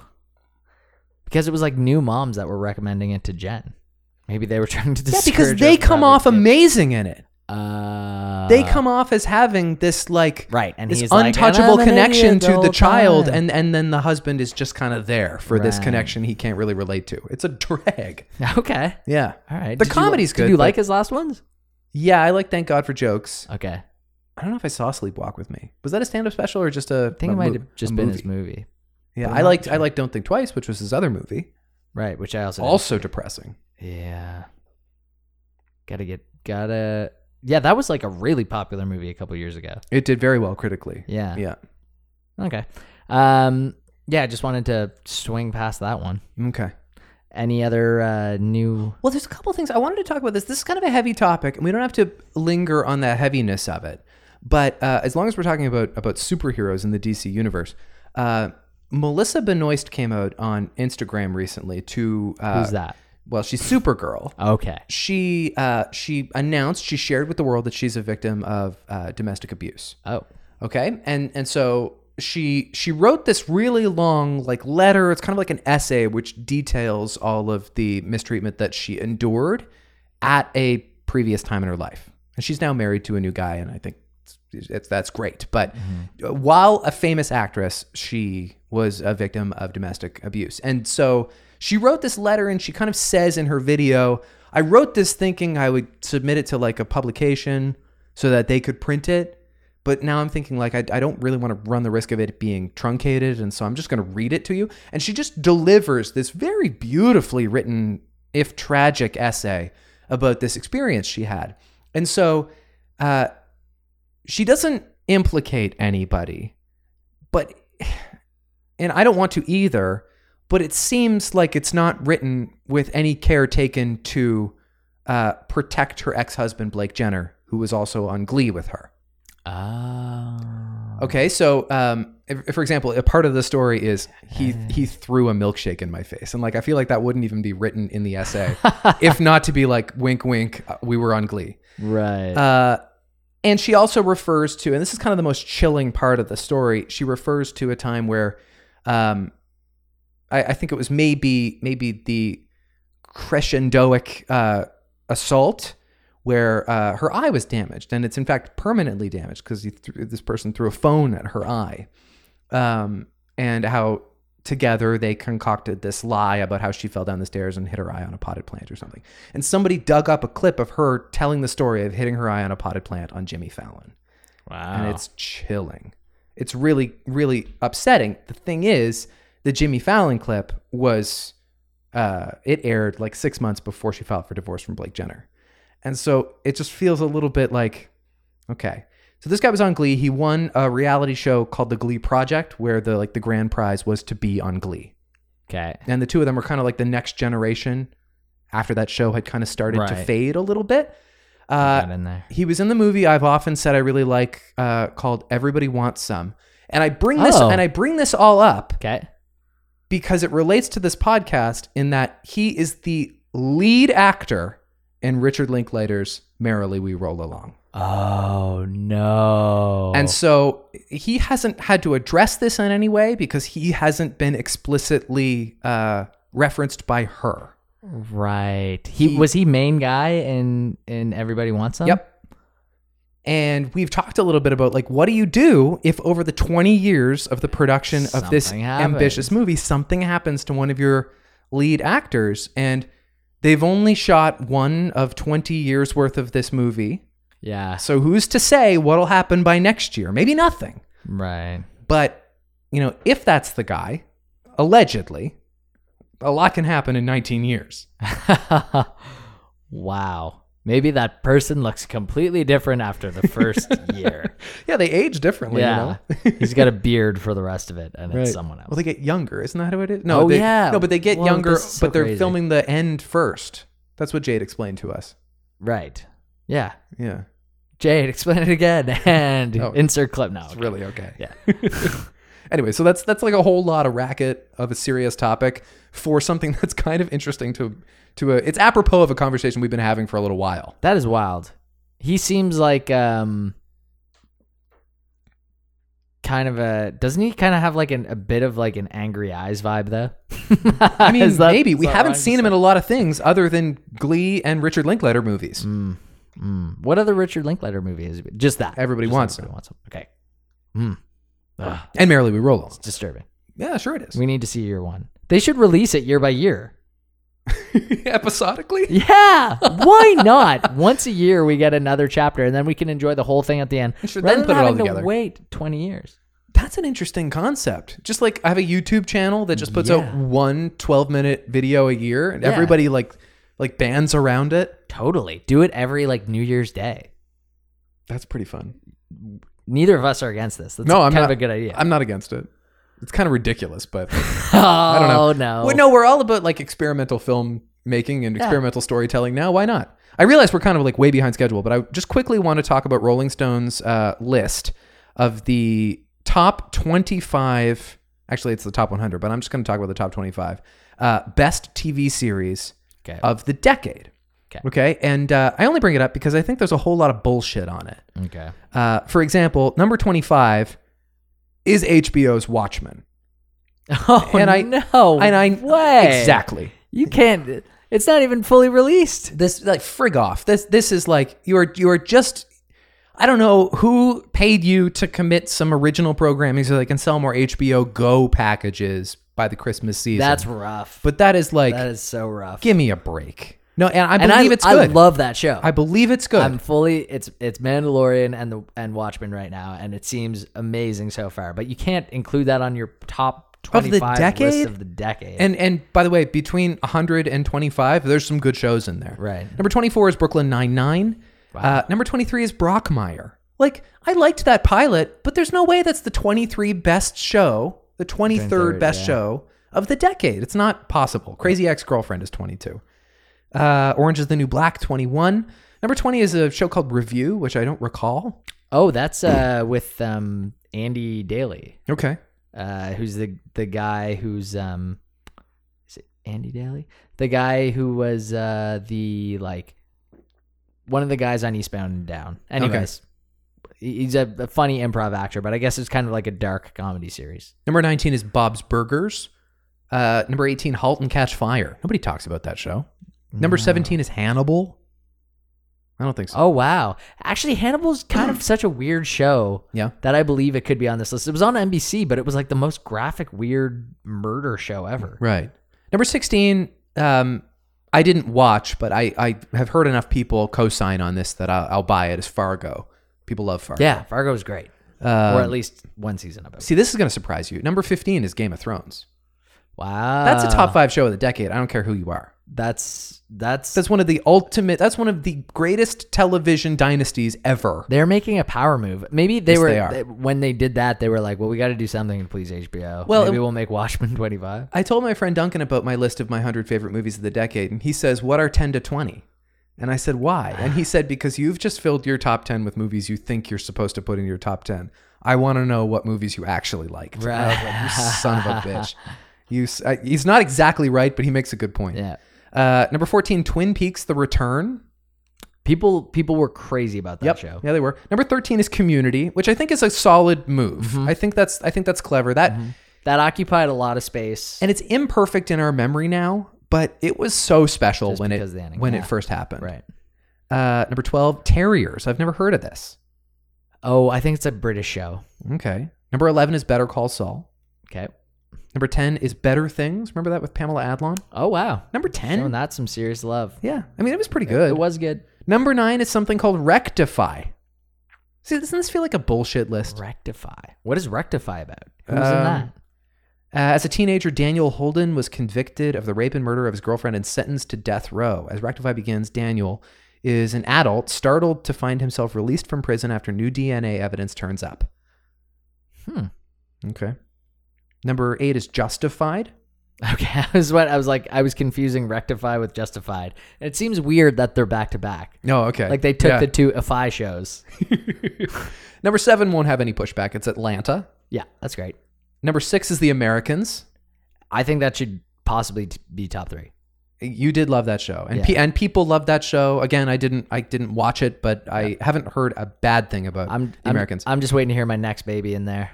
[SPEAKER 2] Because it was like new moms that were recommending it to Jen. Maybe they were trying to
[SPEAKER 1] Yeah,
[SPEAKER 2] discourage
[SPEAKER 1] because
[SPEAKER 2] us
[SPEAKER 1] they
[SPEAKER 2] from
[SPEAKER 1] come
[SPEAKER 2] having
[SPEAKER 1] off
[SPEAKER 2] kids.
[SPEAKER 1] amazing in it.
[SPEAKER 2] Oh.
[SPEAKER 1] they come off as having this like
[SPEAKER 2] Right, and
[SPEAKER 1] this
[SPEAKER 2] he's like, "And
[SPEAKER 1] untouchable
[SPEAKER 2] I'm an
[SPEAKER 1] connection
[SPEAKER 2] idiot the
[SPEAKER 1] to the
[SPEAKER 2] whole
[SPEAKER 1] child,
[SPEAKER 2] time."
[SPEAKER 1] and and then the husband is just kind of there for this
[SPEAKER 2] Right.
[SPEAKER 1] connection he can't really relate to. It's a drag.
[SPEAKER 2] Okay.
[SPEAKER 1] Yeah,
[SPEAKER 2] All right.
[SPEAKER 1] The
[SPEAKER 2] Did you-
[SPEAKER 1] comedy's good.
[SPEAKER 2] Did you
[SPEAKER 1] but-
[SPEAKER 2] like his last ones?
[SPEAKER 1] Yeah, I like. Thank God for jokes.
[SPEAKER 2] Okay.
[SPEAKER 1] I don't know if I saw Sleepwalk with Me. Was that a stand-up special or just a?
[SPEAKER 2] I think
[SPEAKER 1] a
[SPEAKER 2] it might
[SPEAKER 1] mo-
[SPEAKER 2] have just
[SPEAKER 1] a
[SPEAKER 2] been
[SPEAKER 1] movie?
[SPEAKER 2] his movie.
[SPEAKER 1] Yeah,
[SPEAKER 2] but
[SPEAKER 1] I
[SPEAKER 2] not
[SPEAKER 1] liked. I
[SPEAKER 2] sure.
[SPEAKER 1] liked Don't Think Twice, which was his other movie.
[SPEAKER 2] Right, which I also didn't
[SPEAKER 1] Also depressing.
[SPEAKER 2] Yeah. Gotta get gotta Yeah, that was like a really popular movie a couple years ago.
[SPEAKER 1] It did very well critically.
[SPEAKER 2] Yeah.
[SPEAKER 1] Yeah.
[SPEAKER 2] Okay. Um yeah, I just wanted to swing past that one.
[SPEAKER 1] Okay.
[SPEAKER 2] Any other uh new
[SPEAKER 1] Well, there's a couple things I wanted to talk about. This this is kind of a heavy topic, and we don't have to linger on the heaviness of it. But uh, as long as we're talking about about superheroes in the DC universe, uh, Melissa Benoist came out on Instagram recently to uh,
[SPEAKER 2] who's that?
[SPEAKER 1] Well, she's Supergirl.
[SPEAKER 2] Okay.
[SPEAKER 1] She uh, she announced she shared with the world that she's a victim of uh, domestic abuse.
[SPEAKER 2] Oh.
[SPEAKER 1] okay and and so she she wrote this really long like letter it's kind of like an essay which details all of the mistreatment that she endured at a previous time in her life and she's now married to a new guy and i think it's, it's, that's great but uh, while a famous actress she was a victim of domestic abuse and so she wrote this letter and she kind of says in her video i wrote this thinking i would submit it to like a publication so that they could print it but now I'm thinking like I, I don't really want to run the risk of it being truncated, and so I'm just going to read it to you. And she just delivers this very beautifully written, if tragic, essay about this experience she had. And so, uh, she doesn't implicate anybody, but and I don't want to either. But it seems like it's not written with any care taken to uh, protect her ex-husband Blake Jenner, who was also on Glee with her.
[SPEAKER 2] Oh.
[SPEAKER 1] Uh, Okay, so um, if, for example, a part of the story is he he threw a milkshake in my face, and like I feel like that wouldn't even be written in the essay, if not to be like wink wink, uh, we were on Glee.
[SPEAKER 2] Right.
[SPEAKER 1] Uh, and she also refers to, and this is kind of the most chilling part of the story. She refers to a time where, um, I, I think it was maybe maybe the crescendoic uh, assault where uh, her eye was damaged, and it's in fact permanently damaged because this person threw a phone at her eye, um, and how together they concocted this lie about how she fell down the stairs and hit her eye on a potted plant or something. And somebody dug up a clip of her telling the story of hitting her eye on a potted plant on Jimmy Fallon
[SPEAKER 2] wow.
[SPEAKER 1] and it's chilling. It's really, really upsetting. The thing is, the Jimmy Fallon clip was, uh, it aired like six months before she filed for divorce from Blake Jenner. And so it just feels a little bit like, okay. So this guy was on Glee. He won a reality show called The Glee Project, where the like the grand prize was to be on Glee.
[SPEAKER 2] okay.
[SPEAKER 1] And the two of them were kind of like the next generation after that show had kind of started to
[SPEAKER 2] Right.
[SPEAKER 1] fade a little bit. Uh,
[SPEAKER 2] Got in there.
[SPEAKER 1] he was in the movie I've often said I really like uh, called Everybody Wants Some. And I bring this
[SPEAKER 2] Oh.
[SPEAKER 1] and I bring this all up
[SPEAKER 2] Okay.
[SPEAKER 1] because it relates to this podcast in that he is the lead actor in Richard Linklater's Merrily We Roll Along.
[SPEAKER 2] Oh no.
[SPEAKER 1] And so he hasn't had to address this in any way because he hasn't been explicitly uh, referenced by her.
[SPEAKER 2] Right. He,
[SPEAKER 1] He-
[SPEAKER 2] was he main guy in in Everybody Wants Some?
[SPEAKER 1] Yep. And we've talked a little bit about like what do you do if over the 20 years of the production of this
[SPEAKER 2] Something happens.
[SPEAKER 1] ambitious movie something happens to one of your lead actors and they've only shot one of 20 years worth of this movie.
[SPEAKER 2] Yeah.
[SPEAKER 1] So who's to say what'll happen by next year? Maybe nothing.
[SPEAKER 2] Right.
[SPEAKER 1] But you know, if that's the guy, allegedly, a lot can happen in 19 years.
[SPEAKER 2] wow. Maybe that person looks completely different after the first year.
[SPEAKER 1] Yeah, they age differently, you
[SPEAKER 2] yeah.
[SPEAKER 1] know.
[SPEAKER 2] He's got a beard for the rest of it and
[SPEAKER 1] Right.
[SPEAKER 2] it's someone else.
[SPEAKER 1] Well, they get younger. Isn't that how it is? No,
[SPEAKER 2] Oh,
[SPEAKER 1] they,
[SPEAKER 2] yeah.
[SPEAKER 1] No, but they get
[SPEAKER 2] Well,
[SPEAKER 1] younger,
[SPEAKER 2] this is so
[SPEAKER 1] but they're
[SPEAKER 2] crazy.
[SPEAKER 1] filming the end first. That's what Jade explained to us.
[SPEAKER 2] right. Yeah.
[SPEAKER 1] Yeah.
[SPEAKER 2] Jade, explain it again and
[SPEAKER 1] Oh.
[SPEAKER 2] insert clip now.
[SPEAKER 1] It's really okay.
[SPEAKER 2] Yeah.
[SPEAKER 1] Anyway, so that's that's like a whole lot of racket of a serious topic for something that's kind of interesting to to a it's apropos of a conversation we've been having for a little while.
[SPEAKER 2] That is wild. He seems like um kind of a doesn't he kind of have like an, a bit of like an angry eyes vibe though?
[SPEAKER 1] I mean, maybe we haven't seen him in a lot of things other than Glee and Richard Linklater movies.
[SPEAKER 2] Mm. What other Richard Linklater movie is it? Just that.
[SPEAKER 1] Everybody
[SPEAKER 2] Just
[SPEAKER 1] Wants
[SPEAKER 2] Everybody wants them. Okay. Mm. Ugh,
[SPEAKER 1] And Merrily We Roll On.
[SPEAKER 2] it's disturbing.
[SPEAKER 1] Yeah, sure it is.
[SPEAKER 2] We need to see year one. They should release it year by year.
[SPEAKER 1] Episodically?
[SPEAKER 2] Yeah, why not? Once a year, we get another chapter, and then we can enjoy the whole thing at the end.
[SPEAKER 1] We should
[SPEAKER 2] rather
[SPEAKER 1] then put
[SPEAKER 2] than
[SPEAKER 1] it all
[SPEAKER 2] having
[SPEAKER 1] together.
[SPEAKER 2] To wait twenty years.
[SPEAKER 1] That's an interesting concept. Just like I have a YouTube channel that just puts out
[SPEAKER 2] Yeah.
[SPEAKER 1] one 12 minute video a year and
[SPEAKER 2] Yeah.
[SPEAKER 1] everybody like like bands around it.
[SPEAKER 2] Totally, do it every like New Year's Day.
[SPEAKER 1] That's pretty fun.
[SPEAKER 2] Neither of us are against this. That's
[SPEAKER 1] No, I'm
[SPEAKER 2] kind of
[SPEAKER 1] not-
[SPEAKER 2] a good idea.
[SPEAKER 1] I'm not against it. It's kind of ridiculous, but
[SPEAKER 2] oh
[SPEAKER 1] I don't know.
[SPEAKER 2] no,
[SPEAKER 1] Well, no, we're all about like experimental film making and
[SPEAKER 2] Yeah.
[SPEAKER 1] experimental storytelling now. Why not? I realize we're kind of like way behind schedule, but I just quickly want to talk about Rolling Stone's uh, list of the top 25. Actually, it's the top 100, but I'm just going to talk about the top 25 uh, best TV series
[SPEAKER 2] Okay.
[SPEAKER 1] of the decade.
[SPEAKER 2] Okay.
[SPEAKER 1] Okay. And uh, I only bring it up because I think there's a whole lot of bullshit on it.
[SPEAKER 2] okay.
[SPEAKER 1] Uh, for example, number 25 is HBO's Watchmen.
[SPEAKER 2] Oh
[SPEAKER 1] And I-
[SPEAKER 2] no,
[SPEAKER 1] and I
[SPEAKER 2] way
[SPEAKER 1] exactly.
[SPEAKER 2] You can't. It's not even fully released.
[SPEAKER 1] this like frig off. This this is like you are you are just I don't know who paid you to commit some original programming so they can sell more HBO Go packages by the Christmas season.
[SPEAKER 2] That's rough.
[SPEAKER 1] but that is like
[SPEAKER 2] that is so rough.
[SPEAKER 1] give me a break. No, and I
[SPEAKER 2] and
[SPEAKER 1] believe
[SPEAKER 2] I,
[SPEAKER 1] it's good.
[SPEAKER 2] I love that show.
[SPEAKER 1] I believe it's good.
[SPEAKER 2] I'm fully it's it's Mandalorian and the and Watchmen right now, and it seems amazing so far. But you can't include that on your top
[SPEAKER 1] Of
[SPEAKER 2] twenty
[SPEAKER 1] the
[SPEAKER 2] five list
[SPEAKER 1] decade?
[SPEAKER 2] of the decade.
[SPEAKER 1] and and by the way, between 100 and 25, there's some good shows in there.
[SPEAKER 2] Right.
[SPEAKER 1] Number 24 is Brooklyn Nine Nine. Uh, number 23 is Brockmire. Like I liked that pilot, but there's no way that's the 23 best show, the 23rd,
[SPEAKER 2] 23rd,
[SPEAKER 1] best
[SPEAKER 2] yeah.
[SPEAKER 1] show of the decade. It's not possible. Crazy Ex-Girlfriend is 22. Uh, Orange is the New Black 21. Number 20 is a show called Review, which I don't recall.
[SPEAKER 2] oh, that's uh with um Andy Daly,
[SPEAKER 1] Okay.
[SPEAKER 2] uh, who's the the guy who's um is it Andy Daly? The guy who was uh the like one of the guys on Eastbound and Down. Anyways. he- He's a, a funny improv actor, but I guess it's kind of like a dark comedy series.
[SPEAKER 1] Number 19 is Bob's Burgers. Uh, number 18, Halt and Catch Fire. Nobody talks about that show. Number 17 is Hannibal. I don't think so.
[SPEAKER 2] Oh wow! Actually, Hannibal's kind of such a weird show
[SPEAKER 1] Yeah.
[SPEAKER 2] that I believe it could be on this list. It was on NBC, but it was like the most graphic, weird murder show ever.
[SPEAKER 1] Right. Number 16, um, I didn't watch, but I, I have heard enough people co sign on this that I'll, I'll buy it as Fargo. People love Fargo. Um,
[SPEAKER 2] Yeah, Fargo's great, or at least one season of it.
[SPEAKER 1] See, this is going to surprise you. Number 15 is Game of Thrones.
[SPEAKER 2] Wow,
[SPEAKER 1] That's a top five show of the decade. I don't care who you are.
[SPEAKER 2] That's that's
[SPEAKER 1] That's one of the ultimate, that's one of the greatest television dynasties ever.
[SPEAKER 2] they're making a power move. Maybe they
[SPEAKER 1] Yes,
[SPEAKER 2] were
[SPEAKER 1] they are.
[SPEAKER 2] they- when they did that, they were like, "Well, we got to do something to please HBO.
[SPEAKER 1] Well,
[SPEAKER 2] maybe
[SPEAKER 1] it-
[SPEAKER 2] we'll make Watchmen twenty five.
[SPEAKER 1] I told my friend Duncan about my list of my 100 favorite movies of the decade, and he says, What are 10 to 20? And I said, Why? And he said, Because you've just filled your top 10 with movies you think you're supposed to put in your top 10. I want to know what movies you actually liked. And I was like, you son of a bitch. You, s- I- he's not exactly right, but he makes a good point.
[SPEAKER 2] Yeah,
[SPEAKER 1] Uh, number 14, Twin Peaks The Return.
[SPEAKER 2] people people were crazy about that show.
[SPEAKER 1] Yeah, they were. Number 13 is Community, which I think is a solid move.
[SPEAKER 2] Mm-hmm.
[SPEAKER 1] I think that's I think that's clever. That
[SPEAKER 2] That occupied a lot of space.
[SPEAKER 1] and it's imperfect in our memory now, but it was so special when it
[SPEAKER 2] because of the ending.
[SPEAKER 1] when
[SPEAKER 2] Yeah.
[SPEAKER 1] it first happened.
[SPEAKER 2] right.
[SPEAKER 1] Uh, number twelve, Terriers. I've never heard of this.
[SPEAKER 2] Oh, I think it's a British show.
[SPEAKER 1] Okay. Number eleven is Better Call Saul.
[SPEAKER 2] Okay.
[SPEAKER 1] Number ten is Better Things. Remember that with Pamela Adlon.
[SPEAKER 2] Oh wow.
[SPEAKER 1] Number
[SPEAKER 2] Showing
[SPEAKER 1] ten.
[SPEAKER 2] that some serious love.
[SPEAKER 1] Yeah, I mean it was pretty good.
[SPEAKER 2] It was good.
[SPEAKER 1] Number nine is something called Rectify. See, doesn't this feel like a bullshit list?
[SPEAKER 2] Rectify. What is Rectify about? Who's in
[SPEAKER 1] Um,
[SPEAKER 2] that?
[SPEAKER 1] Uh, as a teenager, Daniel Holden was convicted of the rape and murder of his girlfriend and sentenced to death row. As Rectify begins, Daniel is an adult startled to find himself released from prison after new DNA evidence turns up.
[SPEAKER 2] Hmm.
[SPEAKER 1] Okay. Number eight is Justified.
[SPEAKER 2] Okay, I was what I was like. I was confusing Rectify with Justified. And it seems weird that they're back to back.
[SPEAKER 1] No, okay.
[SPEAKER 2] Like they took
[SPEAKER 1] Yeah.
[SPEAKER 2] the two Ify shows.
[SPEAKER 1] Number seven won't have any pushback. It's Atlanta.
[SPEAKER 2] Yeah, that's great.
[SPEAKER 1] Number six is The Americans.
[SPEAKER 2] I think that should possibly t- be top three.
[SPEAKER 1] You did love that show, and
[SPEAKER 2] Yeah.
[SPEAKER 1] pe- and people loved that show. Again, I didn't I didn't watch it, but I haven't heard a bad thing about
[SPEAKER 2] I'm
[SPEAKER 1] The
[SPEAKER 2] I'm-
[SPEAKER 1] Americans.
[SPEAKER 2] I'm just waiting to hear my next baby in there.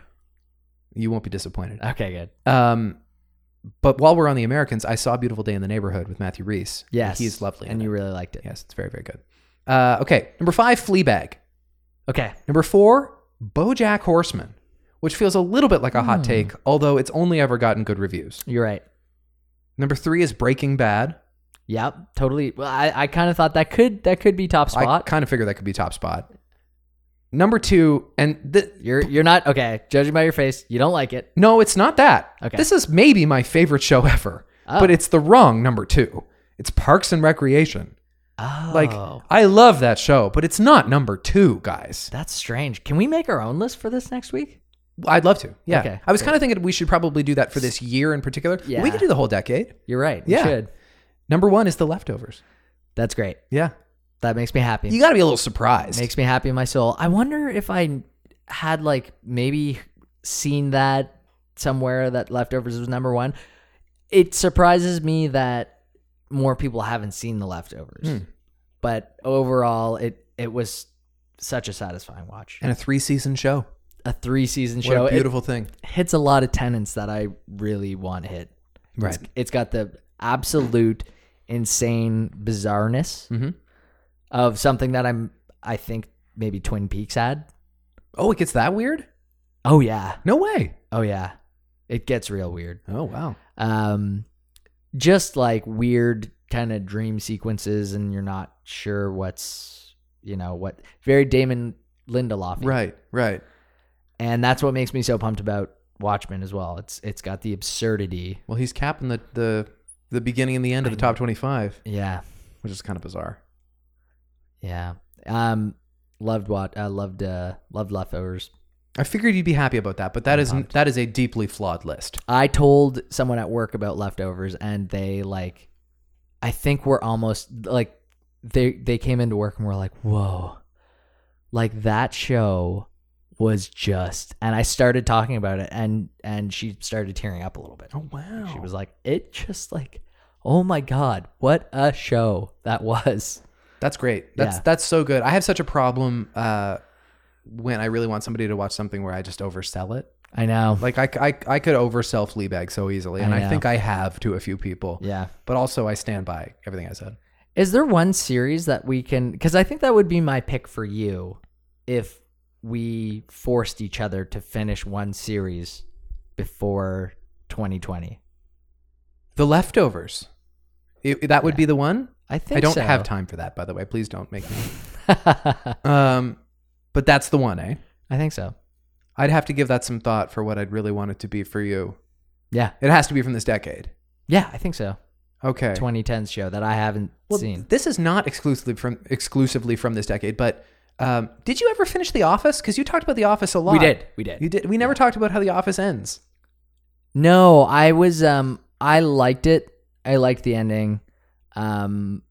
[SPEAKER 1] you won't be disappointed.
[SPEAKER 2] Okay, good.
[SPEAKER 1] Um, but while we're on the Americans, I saw Beautiful Day in the Neighborhood with Matthew Reese.
[SPEAKER 2] Yes,
[SPEAKER 1] He's lovely.
[SPEAKER 2] and
[SPEAKER 1] in
[SPEAKER 2] you
[SPEAKER 1] it.
[SPEAKER 2] really liked it.
[SPEAKER 1] yes, it's very, very good. Uh, okay, number five, Fleabag.
[SPEAKER 2] Okay.
[SPEAKER 1] Number four, BoJack Horseman, which feels a little bit like a
[SPEAKER 2] Hmm.
[SPEAKER 1] hot take, although it's only ever gotten good reviews.
[SPEAKER 2] You're right.
[SPEAKER 1] Number three is Breaking Bad.
[SPEAKER 2] Yep. Totally. Well, I, I kind of thought that could that could be top
[SPEAKER 1] I
[SPEAKER 2] spot.
[SPEAKER 1] kind of figure that could be top spot. Number two, and th-
[SPEAKER 2] You're you're not okay. Judging by your face, you don't like it.
[SPEAKER 1] no, it's not that.
[SPEAKER 2] Okay.
[SPEAKER 1] This is maybe my favorite show ever,
[SPEAKER 2] Oh.
[SPEAKER 1] but it's the wrong number two. It's Parks and Recreation.
[SPEAKER 2] Oh,
[SPEAKER 1] Like, I love that show, but it's not number two, guys.
[SPEAKER 2] that's strange. Can we make our own list for this next week?
[SPEAKER 1] I'd love to. Yeah.
[SPEAKER 2] Okay,
[SPEAKER 1] I was kind of thinking we should probably do that for this year in particular.
[SPEAKER 2] Yeah.
[SPEAKER 1] We could do the whole decade.
[SPEAKER 2] You're right.
[SPEAKER 1] Yeah.
[SPEAKER 2] We should.
[SPEAKER 1] Number one is The Leftovers.
[SPEAKER 2] That's great.
[SPEAKER 1] Yeah.
[SPEAKER 2] That makes me happy.
[SPEAKER 1] You got to be a little surprised.
[SPEAKER 2] makes me happy in my soul. I wonder if I had like maybe seen that somewhere that leftovers was number one. It surprises me that more people haven't seen the leftovers.
[SPEAKER 1] Hmm.
[SPEAKER 2] But overall it it was such a satisfying watch.
[SPEAKER 1] and a three season show.
[SPEAKER 2] A three season
[SPEAKER 1] What
[SPEAKER 2] show.
[SPEAKER 1] a
[SPEAKER 2] It
[SPEAKER 1] beautiful thing.
[SPEAKER 2] hits a lot of tenets that I really want hit.
[SPEAKER 1] Right.
[SPEAKER 2] It's- it's got the absolute insane bizarreness
[SPEAKER 1] Mhm.
[SPEAKER 2] of something that I'm I think maybe Twin Peaks had.
[SPEAKER 1] Oh, it gets that weird?
[SPEAKER 2] Oh yeah.
[SPEAKER 1] No way.
[SPEAKER 2] Oh yeah. It gets real weird.
[SPEAKER 1] Oh, wow.
[SPEAKER 2] Um just like weird kind of dream sequences and you're not sure what's you know what very Damon Lindelof.
[SPEAKER 1] Right, right.
[SPEAKER 2] And that's what makes me so pumped about Watchmen as well. It's it's got the absurdity.
[SPEAKER 1] Well, he's capping the, the, the beginning and the end of the top 25,
[SPEAKER 2] Yeah.
[SPEAKER 1] which is kind of bizarre.
[SPEAKER 2] Yeah. Um loved what I loved uh loved leftovers.
[SPEAKER 1] I figured you'd be happy about that, but that is
[SPEAKER 2] pumped.
[SPEAKER 1] that is a deeply flawed list.
[SPEAKER 2] I told someone at work about leftovers and they like I think we're almost like they they came into work and were like, "Whoa." Like that show was just and I started talking about it and and she started tearing up a little bit.
[SPEAKER 1] Oh, wow.
[SPEAKER 2] She was like, "It just like oh my god, what a show that was."
[SPEAKER 1] That's great. That's
[SPEAKER 2] Yeah.
[SPEAKER 1] that's so good. I have such a problem uh, when I really want somebody to watch something where I just oversell it.
[SPEAKER 2] I know.
[SPEAKER 1] Like I, I, I could oversell Fleabag so easily, and
[SPEAKER 2] I
[SPEAKER 1] I,
[SPEAKER 2] know.
[SPEAKER 1] think I have to a few people.
[SPEAKER 2] Yeah.
[SPEAKER 1] But also, I stand by everything I said.
[SPEAKER 2] Is there one series that we can? Because I think that would be my pick for you if we forced each other to finish one series before 2020.
[SPEAKER 1] The leftovers. It- that would be the one.
[SPEAKER 2] I
[SPEAKER 1] I,
[SPEAKER 2] think
[SPEAKER 1] don't
[SPEAKER 2] so.
[SPEAKER 1] have time for that, by the way. Please don't make me.
[SPEAKER 2] I
[SPEAKER 1] Um, but that's the one, eh?
[SPEAKER 2] think so.
[SPEAKER 1] I'd have to give that some thought for what I'd really want it to be for you.
[SPEAKER 2] Yeah,
[SPEAKER 1] It has to be from this decade.
[SPEAKER 2] yeah, I think so.
[SPEAKER 1] Okay.
[SPEAKER 2] 2010 show that I haven't
[SPEAKER 1] Well,
[SPEAKER 2] seen.
[SPEAKER 1] this is not exclusively from exclusively from this decade, but um, did you ever finish The Office? Because you talked about The Office a lot.
[SPEAKER 2] We did, we did.
[SPEAKER 1] You did. We never talked about how The Office ends.
[SPEAKER 2] No, I was um I liked it. I liked the ending. Um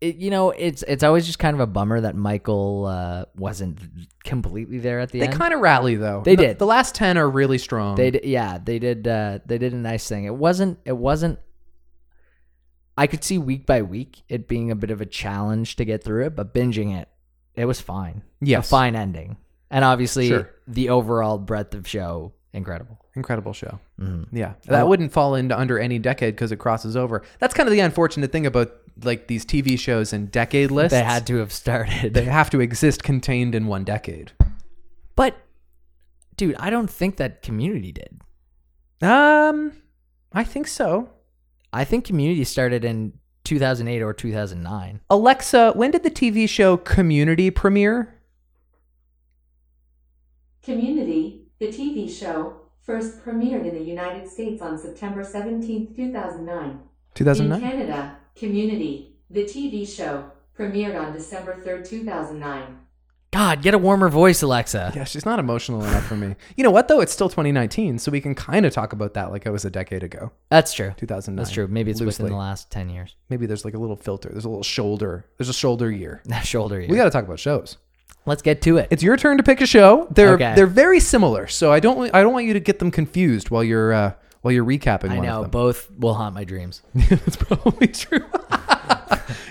[SPEAKER 2] it, you know, it's it's always just kind of a bummer that Michael uh wasn't completely there at the
[SPEAKER 1] They
[SPEAKER 2] end.
[SPEAKER 1] kind of rally though.
[SPEAKER 2] They
[SPEAKER 1] The-
[SPEAKER 2] did.
[SPEAKER 1] The last ten are really strong.
[SPEAKER 2] They did, yeah, they did. Uh, they did a nice thing. It wasn't. It wasn't. I could see week by week it being a bit of a challenge to get through it, but binging it, it was fine. Yeah, A
[SPEAKER 1] Yes.
[SPEAKER 2] fine ending, and obviously
[SPEAKER 1] Sure.
[SPEAKER 2] the overall breadth of show incredible.
[SPEAKER 1] Incredible show.
[SPEAKER 2] Mm-hmm.
[SPEAKER 1] Yeah, that wouldn't fall into under any decade because it crosses over. That's kind of the unfortunate thing about like these TV shows and decade lists.
[SPEAKER 2] They had to have started,
[SPEAKER 1] they have to exist contained in one decade.
[SPEAKER 2] but dude, I don't think that Community did.
[SPEAKER 1] Um, I think so.
[SPEAKER 2] I think Community started in 2008 or 2009.
[SPEAKER 1] Alexa, when did the TV show Community premiere?
[SPEAKER 4] Community, the TV show, first premiered in the United States on September 17, 2009. In
[SPEAKER 1] 2009.
[SPEAKER 4] Canada, Community, the TV show, premiered on December 3, 2009.
[SPEAKER 2] God, get a warmer voice, Alexa.
[SPEAKER 1] Yeah, she's not emotional enough for me. You know what though? It's still 2019, so we can kind of talk about that like it was a decade ago.
[SPEAKER 2] That's true.
[SPEAKER 1] 2009.
[SPEAKER 2] That's true. Maybe it's
[SPEAKER 1] loosely.
[SPEAKER 2] within the last 10 years.
[SPEAKER 1] Maybe there's like a little filter. There's a little shoulder. There's a shoulder year.
[SPEAKER 2] shoulder.
[SPEAKER 1] We
[SPEAKER 2] year.
[SPEAKER 1] got to talk about shows.
[SPEAKER 2] Let's get to it.
[SPEAKER 1] It's your turn to pick a show. They're
[SPEAKER 2] Okay.
[SPEAKER 1] they're very similar, so I don't I don't want you to get them confused while you're uh, while you're recapping.
[SPEAKER 2] I
[SPEAKER 1] one
[SPEAKER 2] know
[SPEAKER 1] of them.
[SPEAKER 2] both will haunt my dreams.
[SPEAKER 1] That's probably true.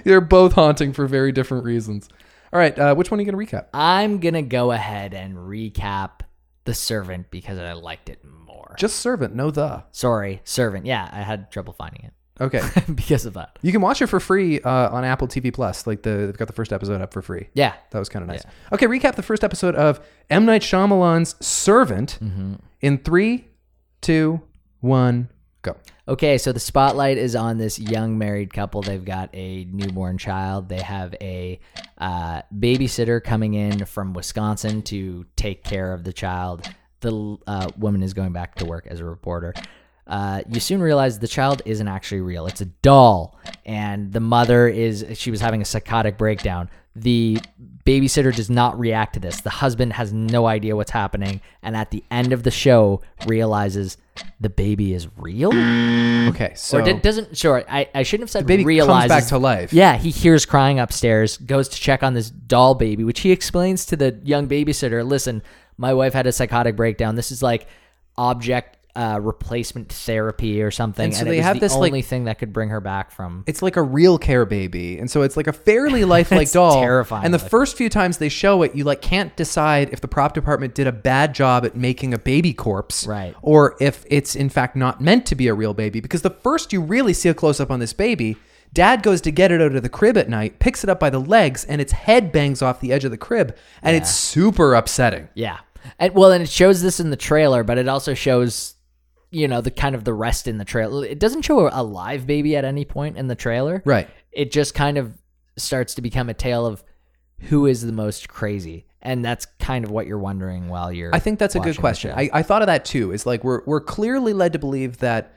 [SPEAKER 1] they're both haunting for very different reasons. All right, uh, which one are you going to recap?
[SPEAKER 2] I'm gonna go ahead and recap the servant because I liked it more.
[SPEAKER 1] Just servant, no the.
[SPEAKER 2] Sorry, servant. Yeah, I had trouble finding it.
[SPEAKER 1] Okay.
[SPEAKER 2] because of that.
[SPEAKER 1] You can watch it for free uh, on Apple TV Plus. Like the they've got the first episode up for free.
[SPEAKER 2] Yeah.
[SPEAKER 1] That was kind of nice. Okay, recap the first episode of M Night Shyamalan's Servant
[SPEAKER 2] Mm-hmm.
[SPEAKER 1] in three, two, one, go.
[SPEAKER 2] Okay, so the spotlight is on this young married couple. They've got a newborn child. They have a uh, babysitter coming in from Wisconsin to take care of the child. The uh, woman is going back to work as a reporter. Uh, you soon realize the child isn't actually real. It's a doll, and the mother is she was having a psychotic breakdown. The babysitter does not react to this. The husband has no idea what's happening, and at the end of the show, realizes the baby is real
[SPEAKER 1] Okay, so
[SPEAKER 2] or did, doesn't sure I, I shouldn't have said
[SPEAKER 1] baby
[SPEAKER 2] realizes
[SPEAKER 1] comes back to life.
[SPEAKER 2] yeah he hears crying upstairs goes to check on this doll baby which he explains to the young babysitter listen my wife had a psychotic breakdown this is like object uh, replacement therapy or something
[SPEAKER 1] And so
[SPEAKER 2] it
[SPEAKER 1] they
[SPEAKER 2] was
[SPEAKER 1] have
[SPEAKER 2] the
[SPEAKER 1] this, like-
[SPEAKER 2] only thing that could bring her back from
[SPEAKER 1] It's like a real care baby, and so it's like a fairly lifelike
[SPEAKER 2] It's
[SPEAKER 1] doll.
[SPEAKER 2] terrifying
[SPEAKER 1] And the
[SPEAKER 2] looking.
[SPEAKER 1] first few times they show it, you like can't decide if the prop department did a bad job at making a baby corpse,
[SPEAKER 2] Right.
[SPEAKER 1] Or if it's in fact not meant to be a real baby, because the first you really see a close up on this baby, Dad goes to get it out of the crib at night, picks it up by the legs, and its head bangs off the edge of the crib, and it's super upsetting.
[SPEAKER 2] yeah and, well and it shows this in the trailer but it also shows you know the kind of the rest in the trailer it doesn't show a live baby at any point in the trailer
[SPEAKER 1] Right.
[SPEAKER 2] it just kind of starts to become a tale of who is the most crazy and that's kind of what you're wondering while you're
[SPEAKER 1] I think that's a
[SPEAKER 2] watching
[SPEAKER 1] good
[SPEAKER 2] the
[SPEAKER 1] question.
[SPEAKER 2] show.
[SPEAKER 1] I, I thought of that too. Is like we're we're clearly led to believe that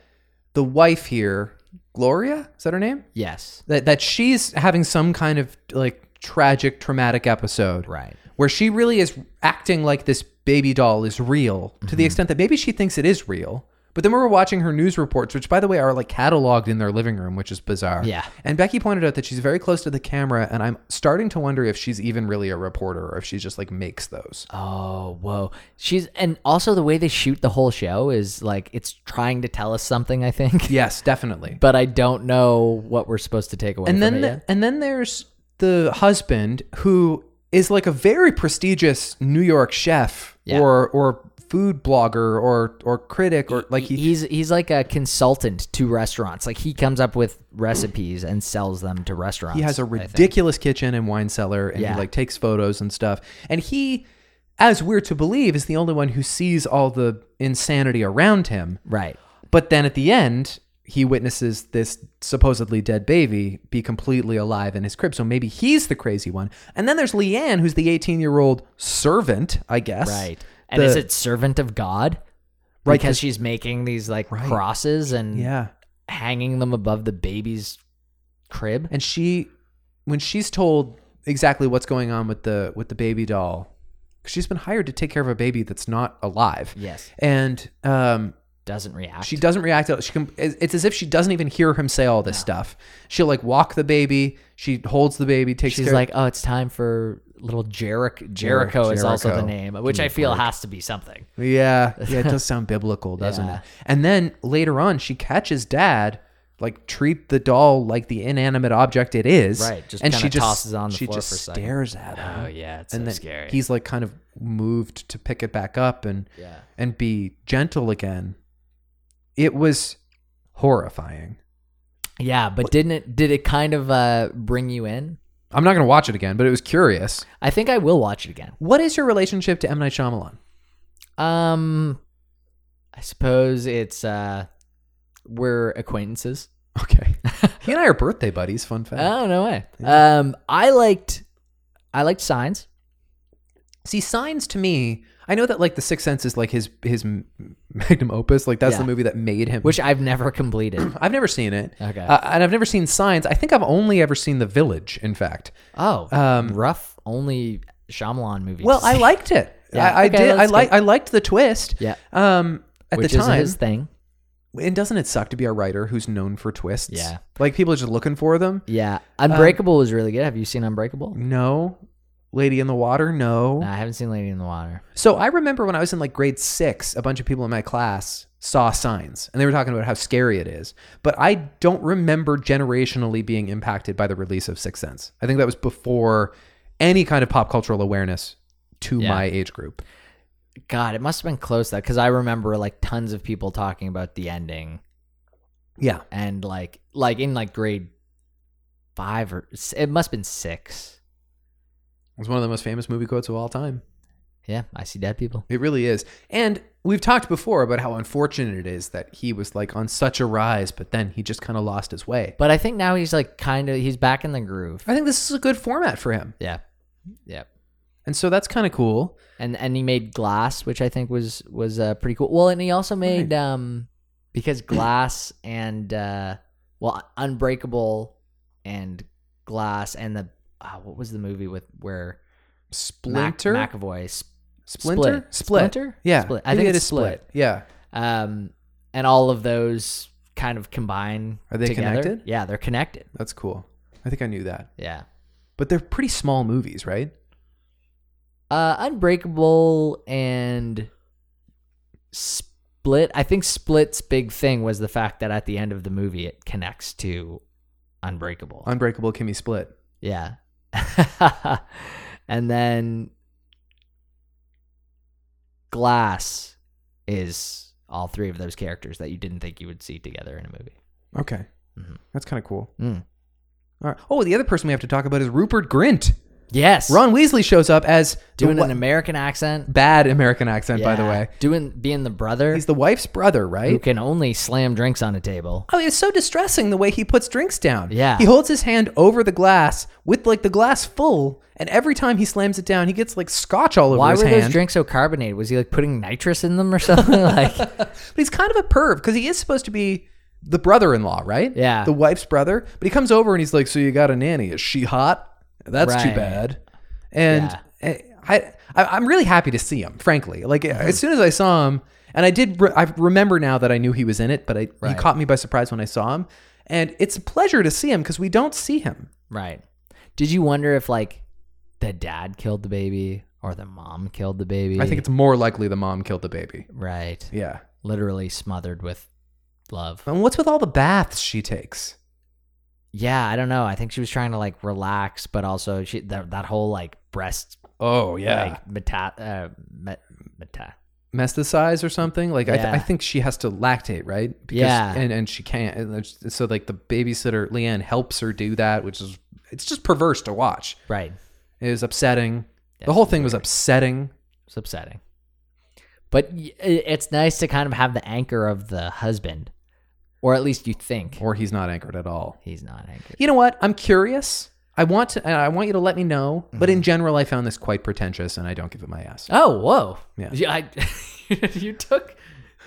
[SPEAKER 1] the wife here, Gloria, is that her name?
[SPEAKER 2] yes
[SPEAKER 1] That that she's having some kind of like tragic, traumatic episode.
[SPEAKER 2] right
[SPEAKER 1] Where she really is acting like this baby doll is real to
[SPEAKER 2] Mm-hmm.
[SPEAKER 1] the extent that maybe she thinks it is real. But then we were watching her news reports, which by the way are like cataloged in their living room, which is bizarre.
[SPEAKER 2] Yeah.
[SPEAKER 1] And Becky pointed out that she's very close to the camera, and I'm starting to wonder if she's even really a reporter or if she just like makes those.
[SPEAKER 2] oh whoa she's and also the way they shoot the whole show is like it's trying to tell us something i think
[SPEAKER 1] Yes, definitely.
[SPEAKER 2] but i don't know what we're supposed to take away
[SPEAKER 1] and
[SPEAKER 2] from
[SPEAKER 1] then
[SPEAKER 2] it
[SPEAKER 1] the-
[SPEAKER 2] yet.
[SPEAKER 1] and then there's the husband who is like a very prestigious New York chef
[SPEAKER 2] Yeah.
[SPEAKER 1] or or food blogger or or critic or like he,
[SPEAKER 2] he's he's like a consultant to restaurants like he comes up with recipes and sells them to restaurants
[SPEAKER 1] he has a
[SPEAKER 2] I think.
[SPEAKER 1] ridiculous kitchen and wine cellar and
[SPEAKER 2] Yeah.
[SPEAKER 1] he like takes photos and stuff and he as we're to believe is the only one who sees all the insanity around him
[SPEAKER 2] right
[SPEAKER 1] but then at the end he witnesses this supposedly dead baby be completely alive in his crib so maybe he's the crazy one and then there's leanne who's the 18 year old servant i guess
[SPEAKER 2] Right. And
[SPEAKER 1] The-
[SPEAKER 2] is it servant of God?
[SPEAKER 1] Right,
[SPEAKER 2] Because
[SPEAKER 1] 'cause-
[SPEAKER 2] she's making these like
[SPEAKER 1] Right.
[SPEAKER 2] crosses and
[SPEAKER 1] yeah
[SPEAKER 2] hanging them above the baby's crib.
[SPEAKER 1] and she when she's told exactly what's going on with the with the baby doll she she's been hired to take care of a baby that's not alive
[SPEAKER 2] yes.
[SPEAKER 1] and um
[SPEAKER 2] Doesn't react.
[SPEAKER 1] She doesn't react. At, she can, it's as if she doesn't even hear him say all this stuff. She'll like walk the baby. She holds the baby. Takes.
[SPEAKER 2] She's
[SPEAKER 1] care-
[SPEAKER 2] like, oh, it's time for little Jericho. Jericho is also the
[SPEAKER 1] Jericho.
[SPEAKER 2] name, which I feel has to be something.
[SPEAKER 1] yeah, yeah. It does sound biblical, doesn't
[SPEAKER 2] Yeah.
[SPEAKER 1] it? And then later on, she catches dad. Like treat the doll like the inanimate object it is.
[SPEAKER 2] Right, just
[SPEAKER 1] and
[SPEAKER 2] kinda
[SPEAKER 1] she just
[SPEAKER 2] tosses it on the
[SPEAKER 1] she
[SPEAKER 2] floor
[SPEAKER 1] just
[SPEAKER 2] for a second.
[SPEAKER 1] stares at him.
[SPEAKER 2] Oh yeah, it's
[SPEAKER 1] and
[SPEAKER 2] so
[SPEAKER 1] then
[SPEAKER 2] scary.
[SPEAKER 1] he's like kind of moved to pick it back up and
[SPEAKER 2] yeah.
[SPEAKER 1] and be gentle again. It was horrifying.
[SPEAKER 2] Yeah, but didn't it did it kind of uh bring you in?
[SPEAKER 1] I'm not going to watch it again, but it was curious.
[SPEAKER 2] I think I will watch it again.
[SPEAKER 1] What is your relationship to M Night Shyamalan?
[SPEAKER 2] Um I suppose it's uh we're acquaintances.
[SPEAKER 1] Okay, he and I are birthday buddies. Fun fact.
[SPEAKER 2] Oh no way. Um, I liked, I liked Signs.
[SPEAKER 1] See, Signs to me, I know that like The Sixth Sense is like his his m- magnum opus. Like that's
[SPEAKER 2] Yeah.
[SPEAKER 1] the movie that made him.
[SPEAKER 2] which I've never completed.
[SPEAKER 1] I've never seen it.
[SPEAKER 2] Okay.
[SPEAKER 1] Uh, and I've never seen Signs. I think I've only ever seen The Village. In fact,
[SPEAKER 2] oh,
[SPEAKER 1] Um,
[SPEAKER 2] rough only Shyamalan movie.
[SPEAKER 1] well, I liked it.
[SPEAKER 2] Yeah.
[SPEAKER 1] I, I
[SPEAKER 2] Okay,
[SPEAKER 1] did. I
[SPEAKER 2] that's
[SPEAKER 1] like.
[SPEAKER 2] good.
[SPEAKER 1] I liked the twist.
[SPEAKER 2] Yeah.
[SPEAKER 1] Um, at
[SPEAKER 2] which
[SPEAKER 1] the
[SPEAKER 2] is
[SPEAKER 1] time,
[SPEAKER 2] his thing.
[SPEAKER 1] and doesn't it suck to be a writer who's known for twists?
[SPEAKER 2] Yeah.
[SPEAKER 1] Like people are just looking for them.
[SPEAKER 2] Yeah, Unbreakable was really good. Have you seen Unbreakable?
[SPEAKER 1] Um, No. Lady in the Water. No.
[SPEAKER 2] No, I haven't seen Lady in the Water.
[SPEAKER 1] So I remember when I was in like grade six, a bunch of people in my class saw signs and they were talking about how scary it is. But I don't remember generationally being impacted by the release of Sixth Sense. I think that was before any kind of pop cultural awareness to
[SPEAKER 2] Yeah.
[SPEAKER 1] my age group.
[SPEAKER 2] God, it must have been close though, because I remember like tons of people talking about the ending
[SPEAKER 1] Yeah.
[SPEAKER 2] and like like in like grade five or s- it must have been six.
[SPEAKER 1] It's one of the most famous movie quotes of all time.
[SPEAKER 2] Yeah, I see dead people.
[SPEAKER 1] It really is. And we've talked before about how unfortunate it is that he was like on such a rise, but then he just kind of lost his way.
[SPEAKER 2] But I think now he's like kind of he's back in the groove.
[SPEAKER 1] I think this is a good format for him.
[SPEAKER 2] Yeah, yeah.
[SPEAKER 1] And so that's kind of cool.
[SPEAKER 2] And and he made Glass, which I think was was uh, pretty cool. Well, and he also made um because Glass and uh well Unbreakable and Glass and the uh, what was the movie with where Mac-
[SPEAKER 1] Splinter?
[SPEAKER 2] McAvoy s-
[SPEAKER 1] Splinter?
[SPEAKER 2] Split. Splinter?
[SPEAKER 1] Yeah.
[SPEAKER 2] Split. I
[SPEAKER 1] Maybe
[SPEAKER 2] think
[SPEAKER 1] it
[SPEAKER 2] it's
[SPEAKER 1] is
[SPEAKER 2] Split.
[SPEAKER 1] Yeah.
[SPEAKER 2] um and all of those kind of combine
[SPEAKER 1] Are they
[SPEAKER 2] together.
[SPEAKER 1] connected?
[SPEAKER 2] Yeah, they're connected.
[SPEAKER 1] That's cool. I think I knew that.
[SPEAKER 2] Yeah.
[SPEAKER 1] But they're pretty small movies, right?
[SPEAKER 2] Uh, Unbreakable and Split. I think Split's big thing was the fact that at the end of the movie it connects to Unbreakable.
[SPEAKER 1] Unbreakable Kimmy Split.
[SPEAKER 2] yeah. and then Glass is all three of those characters that you didn't think you would see together in a movie.
[SPEAKER 1] Okay.
[SPEAKER 2] Mhm.
[SPEAKER 1] That's kind of cool.
[SPEAKER 2] Mm.
[SPEAKER 1] All right. Oh, the other person we have to talk about is Rupert Grint.
[SPEAKER 2] Yes.
[SPEAKER 1] Ron Weasley shows up as the
[SPEAKER 2] Doing
[SPEAKER 1] wa-
[SPEAKER 2] an American accent.
[SPEAKER 1] bad American accent, by the
[SPEAKER 2] Yeah.
[SPEAKER 1] way.
[SPEAKER 2] Doing being the brother
[SPEAKER 1] He's the wife's brother, right?
[SPEAKER 2] who can only slam drinks on a table.
[SPEAKER 1] I mean, it's so distressing the way he puts drinks down.
[SPEAKER 2] Yeah.
[SPEAKER 1] He holds his hand over the glass with like the glass full, and every time he slams it down, he gets like scotch all over
[SPEAKER 2] Why
[SPEAKER 1] his
[SPEAKER 2] were
[SPEAKER 1] hand.
[SPEAKER 2] those drinks so carbonated? Was he like putting nitrous in them or something? like,
[SPEAKER 1] But he's kind of a perv because he is supposed to be the brother in law, right?
[SPEAKER 2] Yeah.
[SPEAKER 1] The wife's brother. But he comes over and he's like, So you got a nanny. Is she hot? That's too
[SPEAKER 2] Right.
[SPEAKER 1] bad. And
[SPEAKER 2] Yeah. Mm-hmm.
[SPEAKER 1] I, I, I'm really happy to see him, frankly. Like, as soon as I saw him, and I did, re- I remember now that I knew he was in it, but I, he
[SPEAKER 2] Right.
[SPEAKER 1] caught me by surprise when I saw him. And it's a pleasure to see him because we don't see him.
[SPEAKER 2] right. Did you wonder if like the dad killed the baby or the mom killed the baby?
[SPEAKER 1] I think it's more likely the mom killed the baby.
[SPEAKER 2] right.
[SPEAKER 1] Yeah.
[SPEAKER 2] Literally smothered with love.
[SPEAKER 1] And what's with all the baths she takes?
[SPEAKER 2] Yeah, I don't know. I think she was trying to like relax, but also she that, that whole like breast
[SPEAKER 1] Oh,
[SPEAKER 2] like meta uh, met, meta.
[SPEAKER 1] mesticize or something. Like I, th-
[SPEAKER 2] Yeah.
[SPEAKER 1] I think she has to lactate, right?
[SPEAKER 2] Yeah.
[SPEAKER 1] And and she can't. And it's- so like the babysitter Leanne helps her do that, which is it's just perverse to watch.
[SPEAKER 2] Right.
[SPEAKER 1] It is upsetting. the whole thing was upsetting.
[SPEAKER 2] It's upsetting. But y- i- it's nice to kind of have the anchor of the husband, or at least you think
[SPEAKER 1] Or he's not anchored at all.
[SPEAKER 2] he's not anchored.
[SPEAKER 1] You know what? I'm curious. I want to. and I want you to let me know. But
[SPEAKER 2] Mm-hmm.
[SPEAKER 1] in general, I found this quite pretentious, and I don't give it my ass.
[SPEAKER 2] Oh, whoa!
[SPEAKER 1] Yeah.
[SPEAKER 2] I, you took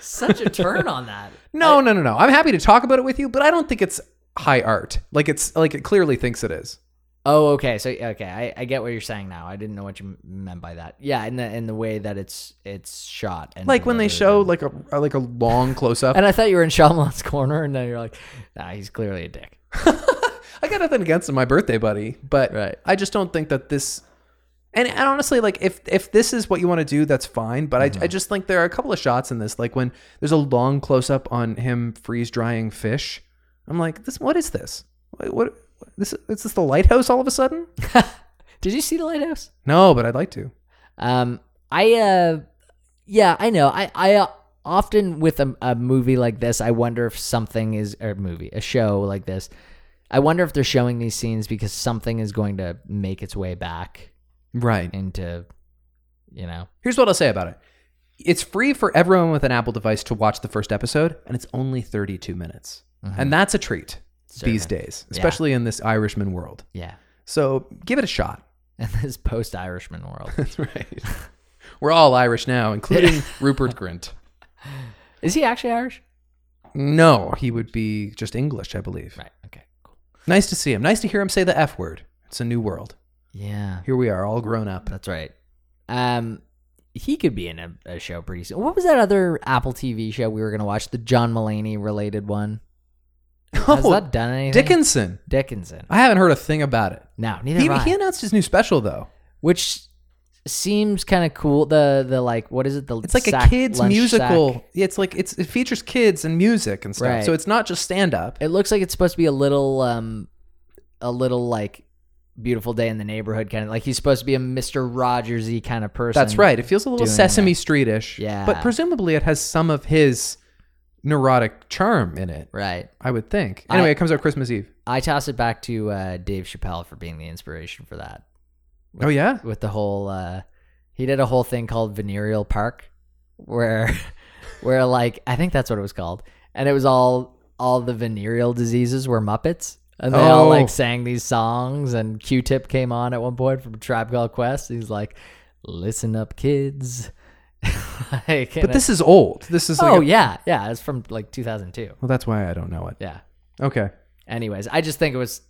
[SPEAKER 2] such a turn on that.
[SPEAKER 1] No, no, no, no. I'm happy to talk about it with you, but I don't think it's high art. Like it's like it clearly thinks it is.
[SPEAKER 2] Oh, okay. So okay, I, I get what you're saying now. I didn't know what you m- meant by that. Yeah, in the in the way that it's it's shot and
[SPEAKER 1] Like when they
[SPEAKER 2] delivered
[SPEAKER 1] show
[SPEAKER 2] and-
[SPEAKER 1] like a like a long close up.
[SPEAKER 2] And I thought you were in Shyamalan's corner, and then you're like, nah, he's clearly a dick.
[SPEAKER 1] I got nothing against my birthday buddy, but
[SPEAKER 2] Right.
[SPEAKER 1] I just don't think that this. And, and honestly, like if if this is what you want to do, that's fine. But
[SPEAKER 2] Mm-hmm.
[SPEAKER 1] I, I just think there are a couple of shots in this, like when there's a long close up on him freeze drying fish. I'm like, this what is this? What, what this is this the lighthouse all of a sudden?
[SPEAKER 2] Did you see the lighthouse?
[SPEAKER 1] No, but I'd like to.
[SPEAKER 2] Um, I uh, yeah, I know. I I uh, often with a, a movie like this, I wonder if something is or movie a show like this. I wonder if they're showing these scenes because something is going to make its way back
[SPEAKER 1] Right.
[SPEAKER 2] into, you know,
[SPEAKER 1] Here's what I'll say about it. It's free for everyone with an Apple device to watch the first episode, and it's only 32 minutes. And that's a treat these
[SPEAKER 2] Mm-hmm. Certainly.
[SPEAKER 1] days, especially in this Irishman world.
[SPEAKER 2] yeah,
[SPEAKER 1] So give it a shot.
[SPEAKER 2] in this post Irishman world.
[SPEAKER 1] That's right. We're all Irish now, including Rupert Grint.
[SPEAKER 2] is he actually Irish?
[SPEAKER 1] No, he would be just English, I believe.
[SPEAKER 2] Right. Okay. Cool.
[SPEAKER 1] Nice to see him. Nice to hear him say the F word. It's a new world.
[SPEAKER 2] Yeah,
[SPEAKER 1] Here we are, all grown up.
[SPEAKER 2] that's right. Um. He could be in a, a show pretty soon. What was that other Apple TV show we were going to watch? The John Mulaney related one. Has that done anything?
[SPEAKER 1] Oh, Dickinson.
[SPEAKER 2] Dickinson.
[SPEAKER 1] I haven't heard a thing about it.
[SPEAKER 2] No, neither
[SPEAKER 1] He,
[SPEAKER 2] have I.
[SPEAKER 1] he announced his new special, though.
[SPEAKER 2] Which seems kind of cool. The the like what is it? The
[SPEAKER 1] It's like a
[SPEAKER 2] sack-
[SPEAKER 1] kids
[SPEAKER 2] lunch
[SPEAKER 1] musical.
[SPEAKER 2] sack.
[SPEAKER 1] Yeah, It's like it's, it features kids and music and stuff.
[SPEAKER 2] Right.
[SPEAKER 1] So it's not just stand up.
[SPEAKER 2] It looks like it's supposed to be a little um, a little like beautiful day in the neighborhood kind of like he's supposed to be a Mister Rogersy kind of person.
[SPEAKER 1] That's right. It feels a little
[SPEAKER 2] doing
[SPEAKER 1] Sesame Street ish.
[SPEAKER 2] Yeah.
[SPEAKER 1] But presumably it has some of his neurotic charm in it,
[SPEAKER 2] Right.
[SPEAKER 1] I would think.
[SPEAKER 2] I-
[SPEAKER 1] Anyway, it comes out Christmas Eve.
[SPEAKER 2] I toss it back to uh, Dave Chappelle for being the inspiration for that.
[SPEAKER 1] Oh yeah,
[SPEAKER 2] with the whole uh he did a whole thing called venereal park where where like i think that's what it was called and it was all all the venereal diseases were muppets and they all
[SPEAKER 1] Oh.
[SPEAKER 2] like sang these songs and q-tip came on at one point from tribe called quest he's like listen up kids like,
[SPEAKER 1] but this is old. This is like
[SPEAKER 2] oh
[SPEAKER 1] a-
[SPEAKER 2] yeah yeah it's from like 2002
[SPEAKER 1] Well, that's why I don't know it.
[SPEAKER 2] yeah
[SPEAKER 1] Okay,
[SPEAKER 2] anyways i just think it was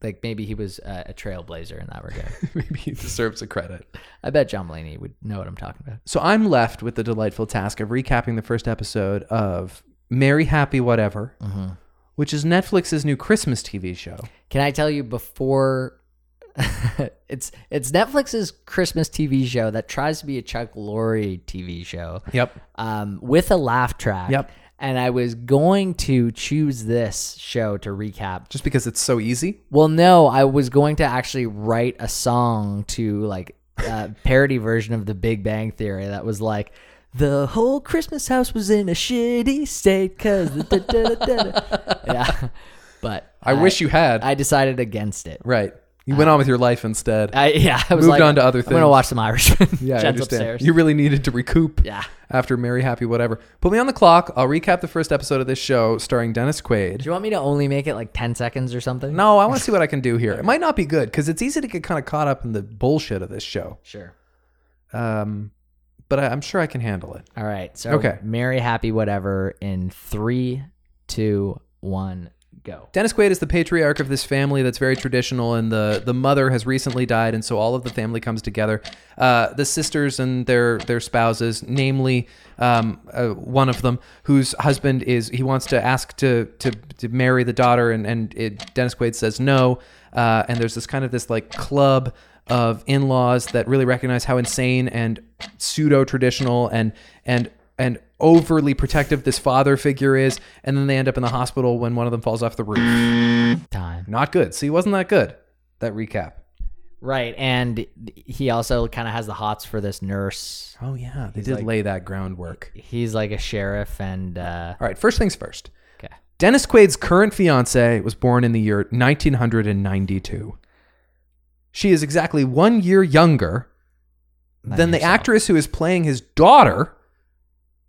[SPEAKER 2] like maybe he was uh, a trailblazer in that regard
[SPEAKER 1] maybe he deserves a credit.
[SPEAKER 2] i bet john mulaney would know what i'm talking about
[SPEAKER 1] So I'm left with the delightful task of recapping the first episode of Merry Happy Whatever,
[SPEAKER 2] mm-hmm.
[SPEAKER 1] which is Netflix's new Christmas TV show.
[SPEAKER 2] Can I tell you before it's it's Netflix's Christmas TV show that tries to be a Chuck Lorre TV show
[SPEAKER 1] Yep.
[SPEAKER 2] um, with a laugh track.
[SPEAKER 1] Yep.
[SPEAKER 2] And I was going to choose this show to recap
[SPEAKER 1] Just because it's so easy.
[SPEAKER 2] well, no, I was going to actually write a song to like a parody version of the Big Bang Theory that was like, the whole Christmas house was in a shitty state because. yeah. But
[SPEAKER 1] I, wish you had.
[SPEAKER 2] I decided against it.
[SPEAKER 1] right. You went on with your life instead.
[SPEAKER 2] I, yeah, I was
[SPEAKER 1] Moved
[SPEAKER 2] like,
[SPEAKER 1] on to other
[SPEAKER 2] I'm gonna
[SPEAKER 1] things.
[SPEAKER 2] watch some Irishman.
[SPEAKER 1] yeah, I
[SPEAKER 2] Jen's
[SPEAKER 1] understand.
[SPEAKER 2] upstairs.
[SPEAKER 1] You really needed to recoup.
[SPEAKER 2] yeah,
[SPEAKER 1] After Merry Happy Whatever. Put me on the clock. I'll recap the first episode of this show starring Dennis Quaid.
[SPEAKER 2] do you want me to only make it like ten seconds or something?
[SPEAKER 1] No, I want to see what I can do here. It might not be good because it's easy to get kind of caught up in the bullshit of this show.
[SPEAKER 2] sure.
[SPEAKER 1] Um, but I, I'm sure I can handle it.
[SPEAKER 2] All right. So
[SPEAKER 1] Okay.
[SPEAKER 2] merry, happy, whatever. In three, two, one, go.
[SPEAKER 1] Dennis Quaid is the patriarch of this family that's very traditional, and the, the mother has recently died, and so all of the family comes together. Uh, the sisters and their their spouses, namely um, uh, one of them whose husband is he wants to ask to to, to marry the daughter, and and it, Dennis Quaid says no, uh, and there's this kind of this like club of in laws that really recognize how insane and pseudo traditional and and and overly protective this father figure is, and then they end up in the hospital when one of them falls off the roof.
[SPEAKER 2] Time.
[SPEAKER 1] Not good. See, wasn't that good? That recap.
[SPEAKER 2] Right, and he also kind of has the hots for this nurse.
[SPEAKER 1] Oh yeah, they did lay that groundwork.
[SPEAKER 2] He's like a sheriff, and uh,
[SPEAKER 1] All right, first things first.
[SPEAKER 2] okay,
[SPEAKER 1] Dennis Quaid's current fiance was born in the year 1992. She is exactly one year younger than the
[SPEAKER 2] yourself.
[SPEAKER 1] actress who is playing his daughter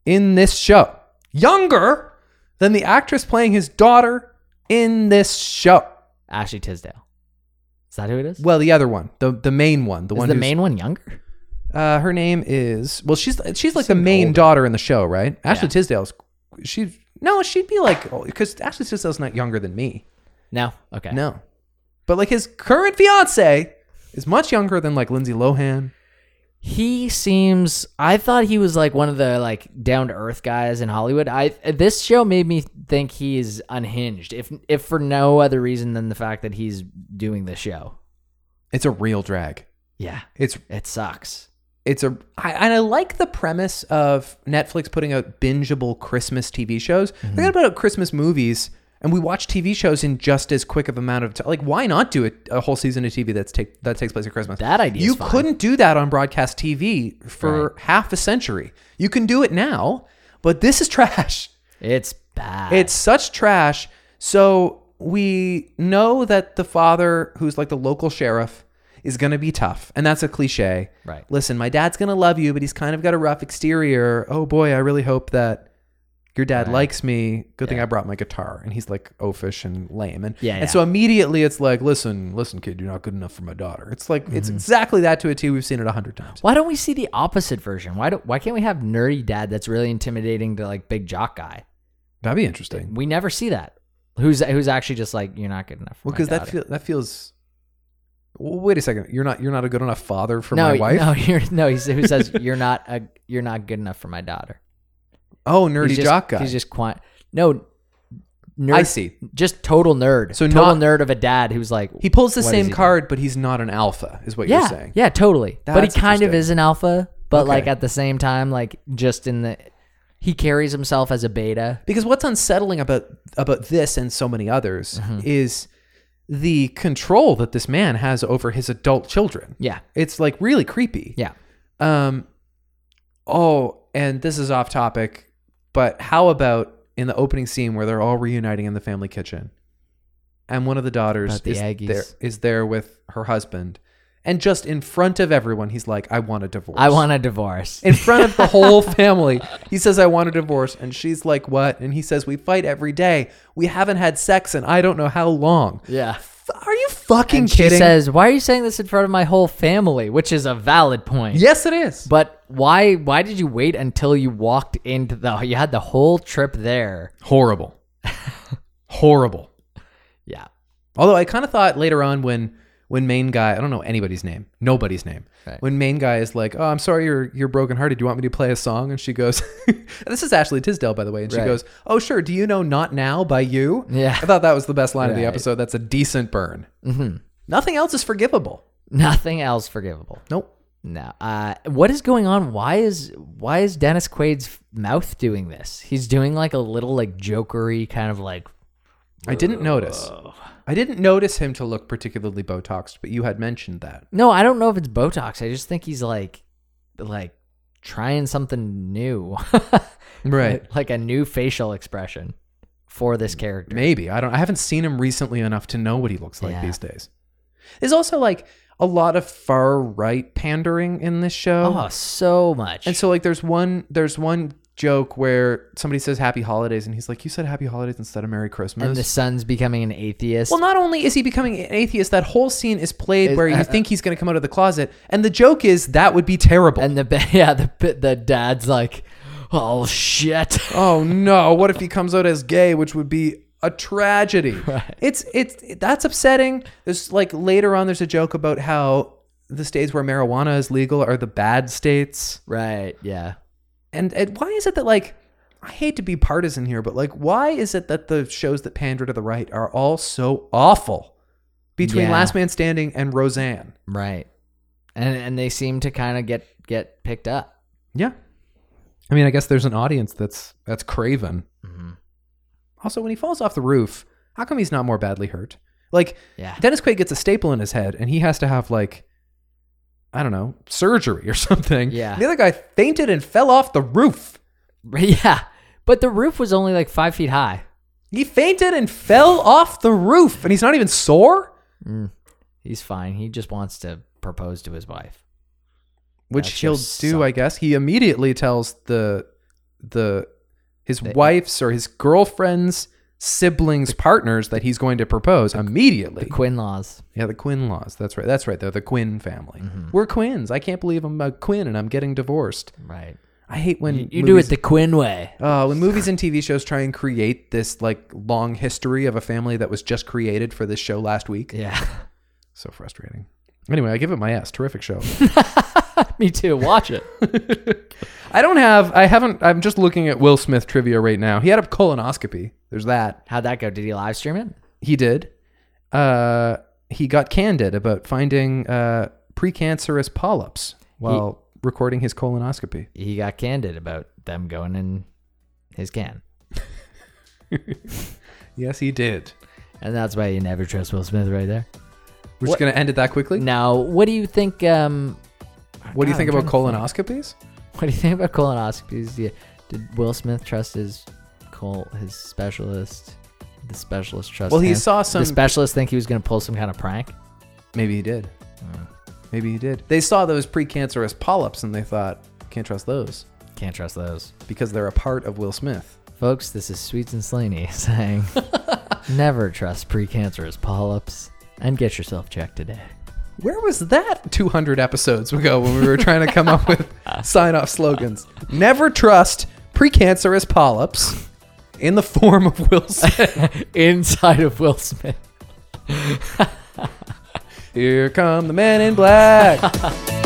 [SPEAKER 1] in this show. Younger than the actress playing his daughter in this show.
[SPEAKER 2] Ashley Tisdale. Is that who it is?
[SPEAKER 1] Well, the other one, the the main one, the
[SPEAKER 2] is
[SPEAKER 1] one
[SPEAKER 2] the
[SPEAKER 1] who's-
[SPEAKER 2] main one younger?
[SPEAKER 1] Uh, her name is well, she's she's like the
[SPEAKER 2] Seems
[SPEAKER 1] main
[SPEAKER 2] older.
[SPEAKER 1] daughter in the show, right? Ashley
[SPEAKER 2] Yeah.
[SPEAKER 1] Tisdale's she no, she'd be like because Ashley Tisdale's not younger than me.
[SPEAKER 2] No. Okay.
[SPEAKER 1] No. But like his current fiance is much younger than like Lindsay Lohan.
[SPEAKER 2] He seems. I thought he was like one of the like down to earth guys in Hollywood. I this show made me think he's unhinged, if if for no other reason than the fact that he's doing the show.
[SPEAKER 1] It's a real drag.
[SPEAKER 2] Yeah,
[SPEAKER 1] It's
[SPEAKER 2] it sucks.
[SPEAKER 1] it's a I, and I like the premise of Netflix putting out bingeable Christmas TV shows.
[SPEAKER 2] Mm-hmm.
[SPEAKER 1] They got about Christmas movies, and we watch TV shows in just as quick of amount of time. Like, why not do a, a whole season of TV that's take that takes place at Christmas?
[SPEAKER 2] That idea's
[SPEAKER 1] you
[SPEAKER 2] fine.
[SPEAKER 1] couldn't do that on broadcast TV for half a century. You can do it now, but this is trash.
[SPEAKER 2] It's bad.
[SPEAKER 1] It's such trash. So we know that the father, who's like the local sheriff, is going to be tough. And that's a cliche.
[SPEAKER 2] Right.
[SPEAKER 1] Listen, my dad's going to love you, but he's kind of got a rough exterior. Oh boy, I really hope that your dad likes me. Good thing I brought my guitar. And he's like oafish and lame. And,
[SPEAKER 2] Yeah,
[SPEAKER 1] and
[SPEAKER 2] yeah.
[SPEAKER 1] so immediately it's like, listen, listen, kid, you're not good enough for my daughter. It's like,
[SPEAKER 2] Mm-hmm.
[SPEAKER 1] it's exactly that to a T. We've seen it a hundred times.
[SPEAKER 2] Why don't we see the opposite version? Why do, why can't we have nerdy dad that's really intimidating to like big jock guy?
[SPEAKER 1] That'd be interesting.
[SPEAKER 2] We never see that. Who's who's actually just like you're not good enough. for
[SPEAKER 1] Well,
[SPEAKER 2] my
[SPEAKER 1] because that,
[SPEAKER 2] daughter."
[SPEAKER 1] feel, that feels. w- Wait a second. You're not you're not a good enough father for
[SPEAKER 2] no,
[SPEAKER 1] my wife.
[SPEAKER 2] No, you're, no. He's, who says you're not a you're not good enough for my daughter?
[SPEAKER 1] Oh,
[SPEAKER 2] He's
[SPEAKER 1] nerdy
[SPEAKER 2] just-
[SPEAKER 1] jock guy.
[SPEAKER 2] He's just quant. No, nerd.
[SPEAKER 1] I see.
[SPEAKER 2] Just total nerd.
[SPEAKER 1] So
[SPEAKER 2] total
[SPEAKER 1] not-
[SPEAKER 2] nerd of a dad who's like
[SPEAKER 1] He pulls the
[SPEAKER 2] what is
[SPEAKER 1] same
[SPEAKER 2] he
[SPEAKER 1] card, but he's not an alpha, is what
[SPEAKER 2] doing? Yeah,
[SPEAKER 1] you're saying.
[SPEAKER 2] yeah, totally. but he
[SPEAKER 1] That's
[SPEAKER 2] kind of
[SPEAKER 1] interesting.
[SPEAKER 2] is an alpha, but like
[SPEAKER 1] Okay.
[SPEAKER 2] at the same time, like just in the he carries himself as a beta.
[SPEAKER 1] Because what's unsettling about about this and so many others
[SPEAKER 2] Mm-hmm.
[SPEAKER 1] is the control that this man has over his adult children.
[SPEAKER 2] Yeah,
[SPEAKER 1] It's like really creepy.
[SPEAKER 2] yeah.
[SPEAKER 1] Um, oh, and this is off topic, but how about in the opening scene where they're all reuniting in the family kitchen. And one of the daughters
[SPEAKER 2] About the
[SPEAKER 1] is
[SPEAKER 2] Aggies.
[SPEAKER 1] there is there with her husband. And just in front of everyone, he's like, I want a divorce.
[SPEAKER 2] I want a divorce.
[SPEAKER 1] in front of the whole family. He says, I want a divorce. And she's like, What? And he says, We fight every day. We haven't had sex in I don't know how long.
[SPEAKER 2] yeah.
[SPEAKER 1] F- Are you fucking
[SPEAKER 2] And
[SPEAKER 1] kidding?
[SPEAKER 2] she says, "Why are you saying this in front of my whole family?" Which is a valid point.
[SPEAKER 1] yes, it is.
[SPEAKER 2] But why? Why did you wait until you walked into the? You had the whole trip there.
[SPEAKER 1] Horrible. Horrible.
[SPEAKER 2] Yeah.
[SPEAKER 1] Although I kind of thought later on when when main guy, I don't know anybody's name, nobody's name.
[SPEAKER 2] Right.
[SPEAKER 1] When main guy is like, "Oh, I'm sorry, you're you're brokenhearted. Do you want me to play a song?" and she goes, "This is Ashley Tisdale, by the way." And she
[SPEAKER 2] Right.
[SPEAKER 1] goes, "Oh, sure. Do you know Not Now by You?"
[SPEAKER 2] Yeah.
[SPEAKER 1] I thought that was the best line of the
[SPEAKER 2] Right.
[SPEAKER 1] episode. That's a decent burn.
[SPEAKER 2] hmm
[SPEAKER 1] Nothing else is forgivable.
[SPEAKER 2] Nothing else forgivable.
[SPEAKER 1] Nope.
[SPEAKER 2] No. Uh, what is going on? Why is why is Dennis Quaid's mouth doing this? He's doing like a little like jokery kind of like
[SPEAKER 1] I didn't notice. I didn't notice him to look particularly Botoxed, but you had mentioned that.
[SPEAKER 2] No, I don't know if it's Botox. I just think he's like, like trying something new,
[SPEAKER 1] Right.
[SPEAKER 2] like a new facial expression for this character.
[SPEAKER 1] Maybe. I don't I haven't seen him recently enough to know what he looks like
[SPEAKER 2] Yeah.
[SPEAKER 1] these days. There's also like a lot of far right pandering in this show.
[SPEAKER 2] Oh, so much.
[SPEAKER 1] And so like there's one there's one joke where somebody says happy holidays and he's like, You said happy holidays instead of Merry Christmas.
[SPEAKER 2] and the son's becoming an atheist.
[SPEAKER 1] Well, not only is he becoming an atheist, that whole scene is played
[SPEAKER 2] Is-
[SPEAKER 1] where you
[SPEAKER 2] uh, uh.
[SPEAKER 1] think he's going to come out of the closet, and the joke is that would be terrible.
[SPEAKER 2] and the ba- yeah, the the dad's like, oh shit.
[SPEAKER 1] oh no what if he comes out as gay which would be a tragedy
[SPEAKER 2] Right.
[SPEAKER 1] it's it's that's upsetting there's like later on there's a joke about how the states where marijuana is legal are the bad states
[SPEAKER 2] right. Yeah.
[SPEAKER 1] and, and why is it that like i hate to be partisan here but like why is it that the shows that pander to the right are all so awful between
[SPEAKER 2] Yeah.
[SPEAKER 1] last man standing and roseanne
[SPEAKER 2] Right. And and they seem to kind of get get picked up.
[SPEAKER 1] yeah i mean i guess there's an audience that's that's craven
[SPEAKER 2] Mhm.
[SPEAKER 1] also when he falls off the roof how come he's not more badly hurt like
[SPEAKER 2] Yeah.
[SPEAKER 1] Dennis Quaid gets a staple in his head and he has to have like I don't know, surgery or something.
[SPEAKER 2] Yeah.
[SPEAKER 1] The other guy fainted and fell off the roof.
[SPEAKER 2] yeah. But the roof was only like five feet high.
[SPEAKER 1] He fainted and fell off the roof and he's not even sore,
[SPEAKER 2] He's fine. He just wants to propose to his wife.
[SPEAKER 1] which
[SPEAKER 2] That
[SPEAKER 1] he'll do,
[SPEAKER 2] just
[SPEAKER 1] I
[SPEAKER 2] sucked.
[SPEAKER 1] guess. He immediately tells the the his wife's or his girlfriend's siblings partners that he's going to propose immediately.
[SPEAKER 2] The Quinn laws.
[SPEAKER 1] yeah, the Quinn laws. That's right. That's right. They're the Quinn family.
[SPEAKER 2] Mm-hmm.
[SPEAKER 1] We're Quins. I can't believe I'm a Quinn and I'm getting divorced.
[SPEAKER 2] Right.
[SPEAKER 1] I hate when
[SPEAKER 2] You, you do
[SPEAKER 1] movies-
[SPEAKER 2] it the Quinn way.
[SPEAKER 1] Uh, when movies and TV shows try and create this like long history of a family that was just created for this show last week,
[SPEAKER 2] Yeah.
[SPEAKER 1] so frustrating. Anyway, I give it my ass. Terrific show.
[SPEAKER 2] Me too. Watch it.
[SPEAKER 1] I don't have. I haven't. I'm just looking at Will Smith trivia right now. He had a colonoscopy. There's that.
[SPEAKER 2] How'd that go? Did he live stream it?
[SPEAKER 1] He did. Uh, he got candid about finding uh, precancerous polyps while recording his colonoscopy.
[SPEAKER 2] He got candid about them going in his can.
[SPEAKER 1] Yes, he did.
[SPEAKER 2] And that's why you never trust Will Smith right there. What-
[SPEAKER 1] We're just gonna end it that quickly.
[SPEAKER 2] Now, what do you think um
[SPEAKER 1] What do you
[SPEAKER 2] God,
[SPEAKER 1] think
[SPEAKER 2] I'm
[SPEAKER 1] about
[SPEAKER 2] trying to
[SPEAKER 1] colonoscopies?
[SPEAKER 2] what do you think about colonoscopies? Did, did Will Smith trust his col his specialist? The specialist trust
[SPEAKER 1] Well, he
[SPEAKER 2] him?
[SPEAKER 1] saw some-
[SPEAKER 2] The specialist think he was going to pull some kind of prank.
[SPEAKER 1] Maybe he did. Maybe he did. They saw those precancerous polyps and they thought, can't trust those
[SPEAKER 2] Can't trust those.
[SPEAKER 1] because they're a part of Will Smith.
[SPEAKER 2] Folks, this is Sweets and Slaney saying never trust precancerous polyps and get yourself checked today.
[SPEAKER 1] Where was that 200 episodes ago when we were trying to come up with sign off slogans? Never trust precancerous polyps in the form of Will Smith.
[SPEAKER 2] Inside of Will Smith.
[SPEAKER 1] Here come the men in black.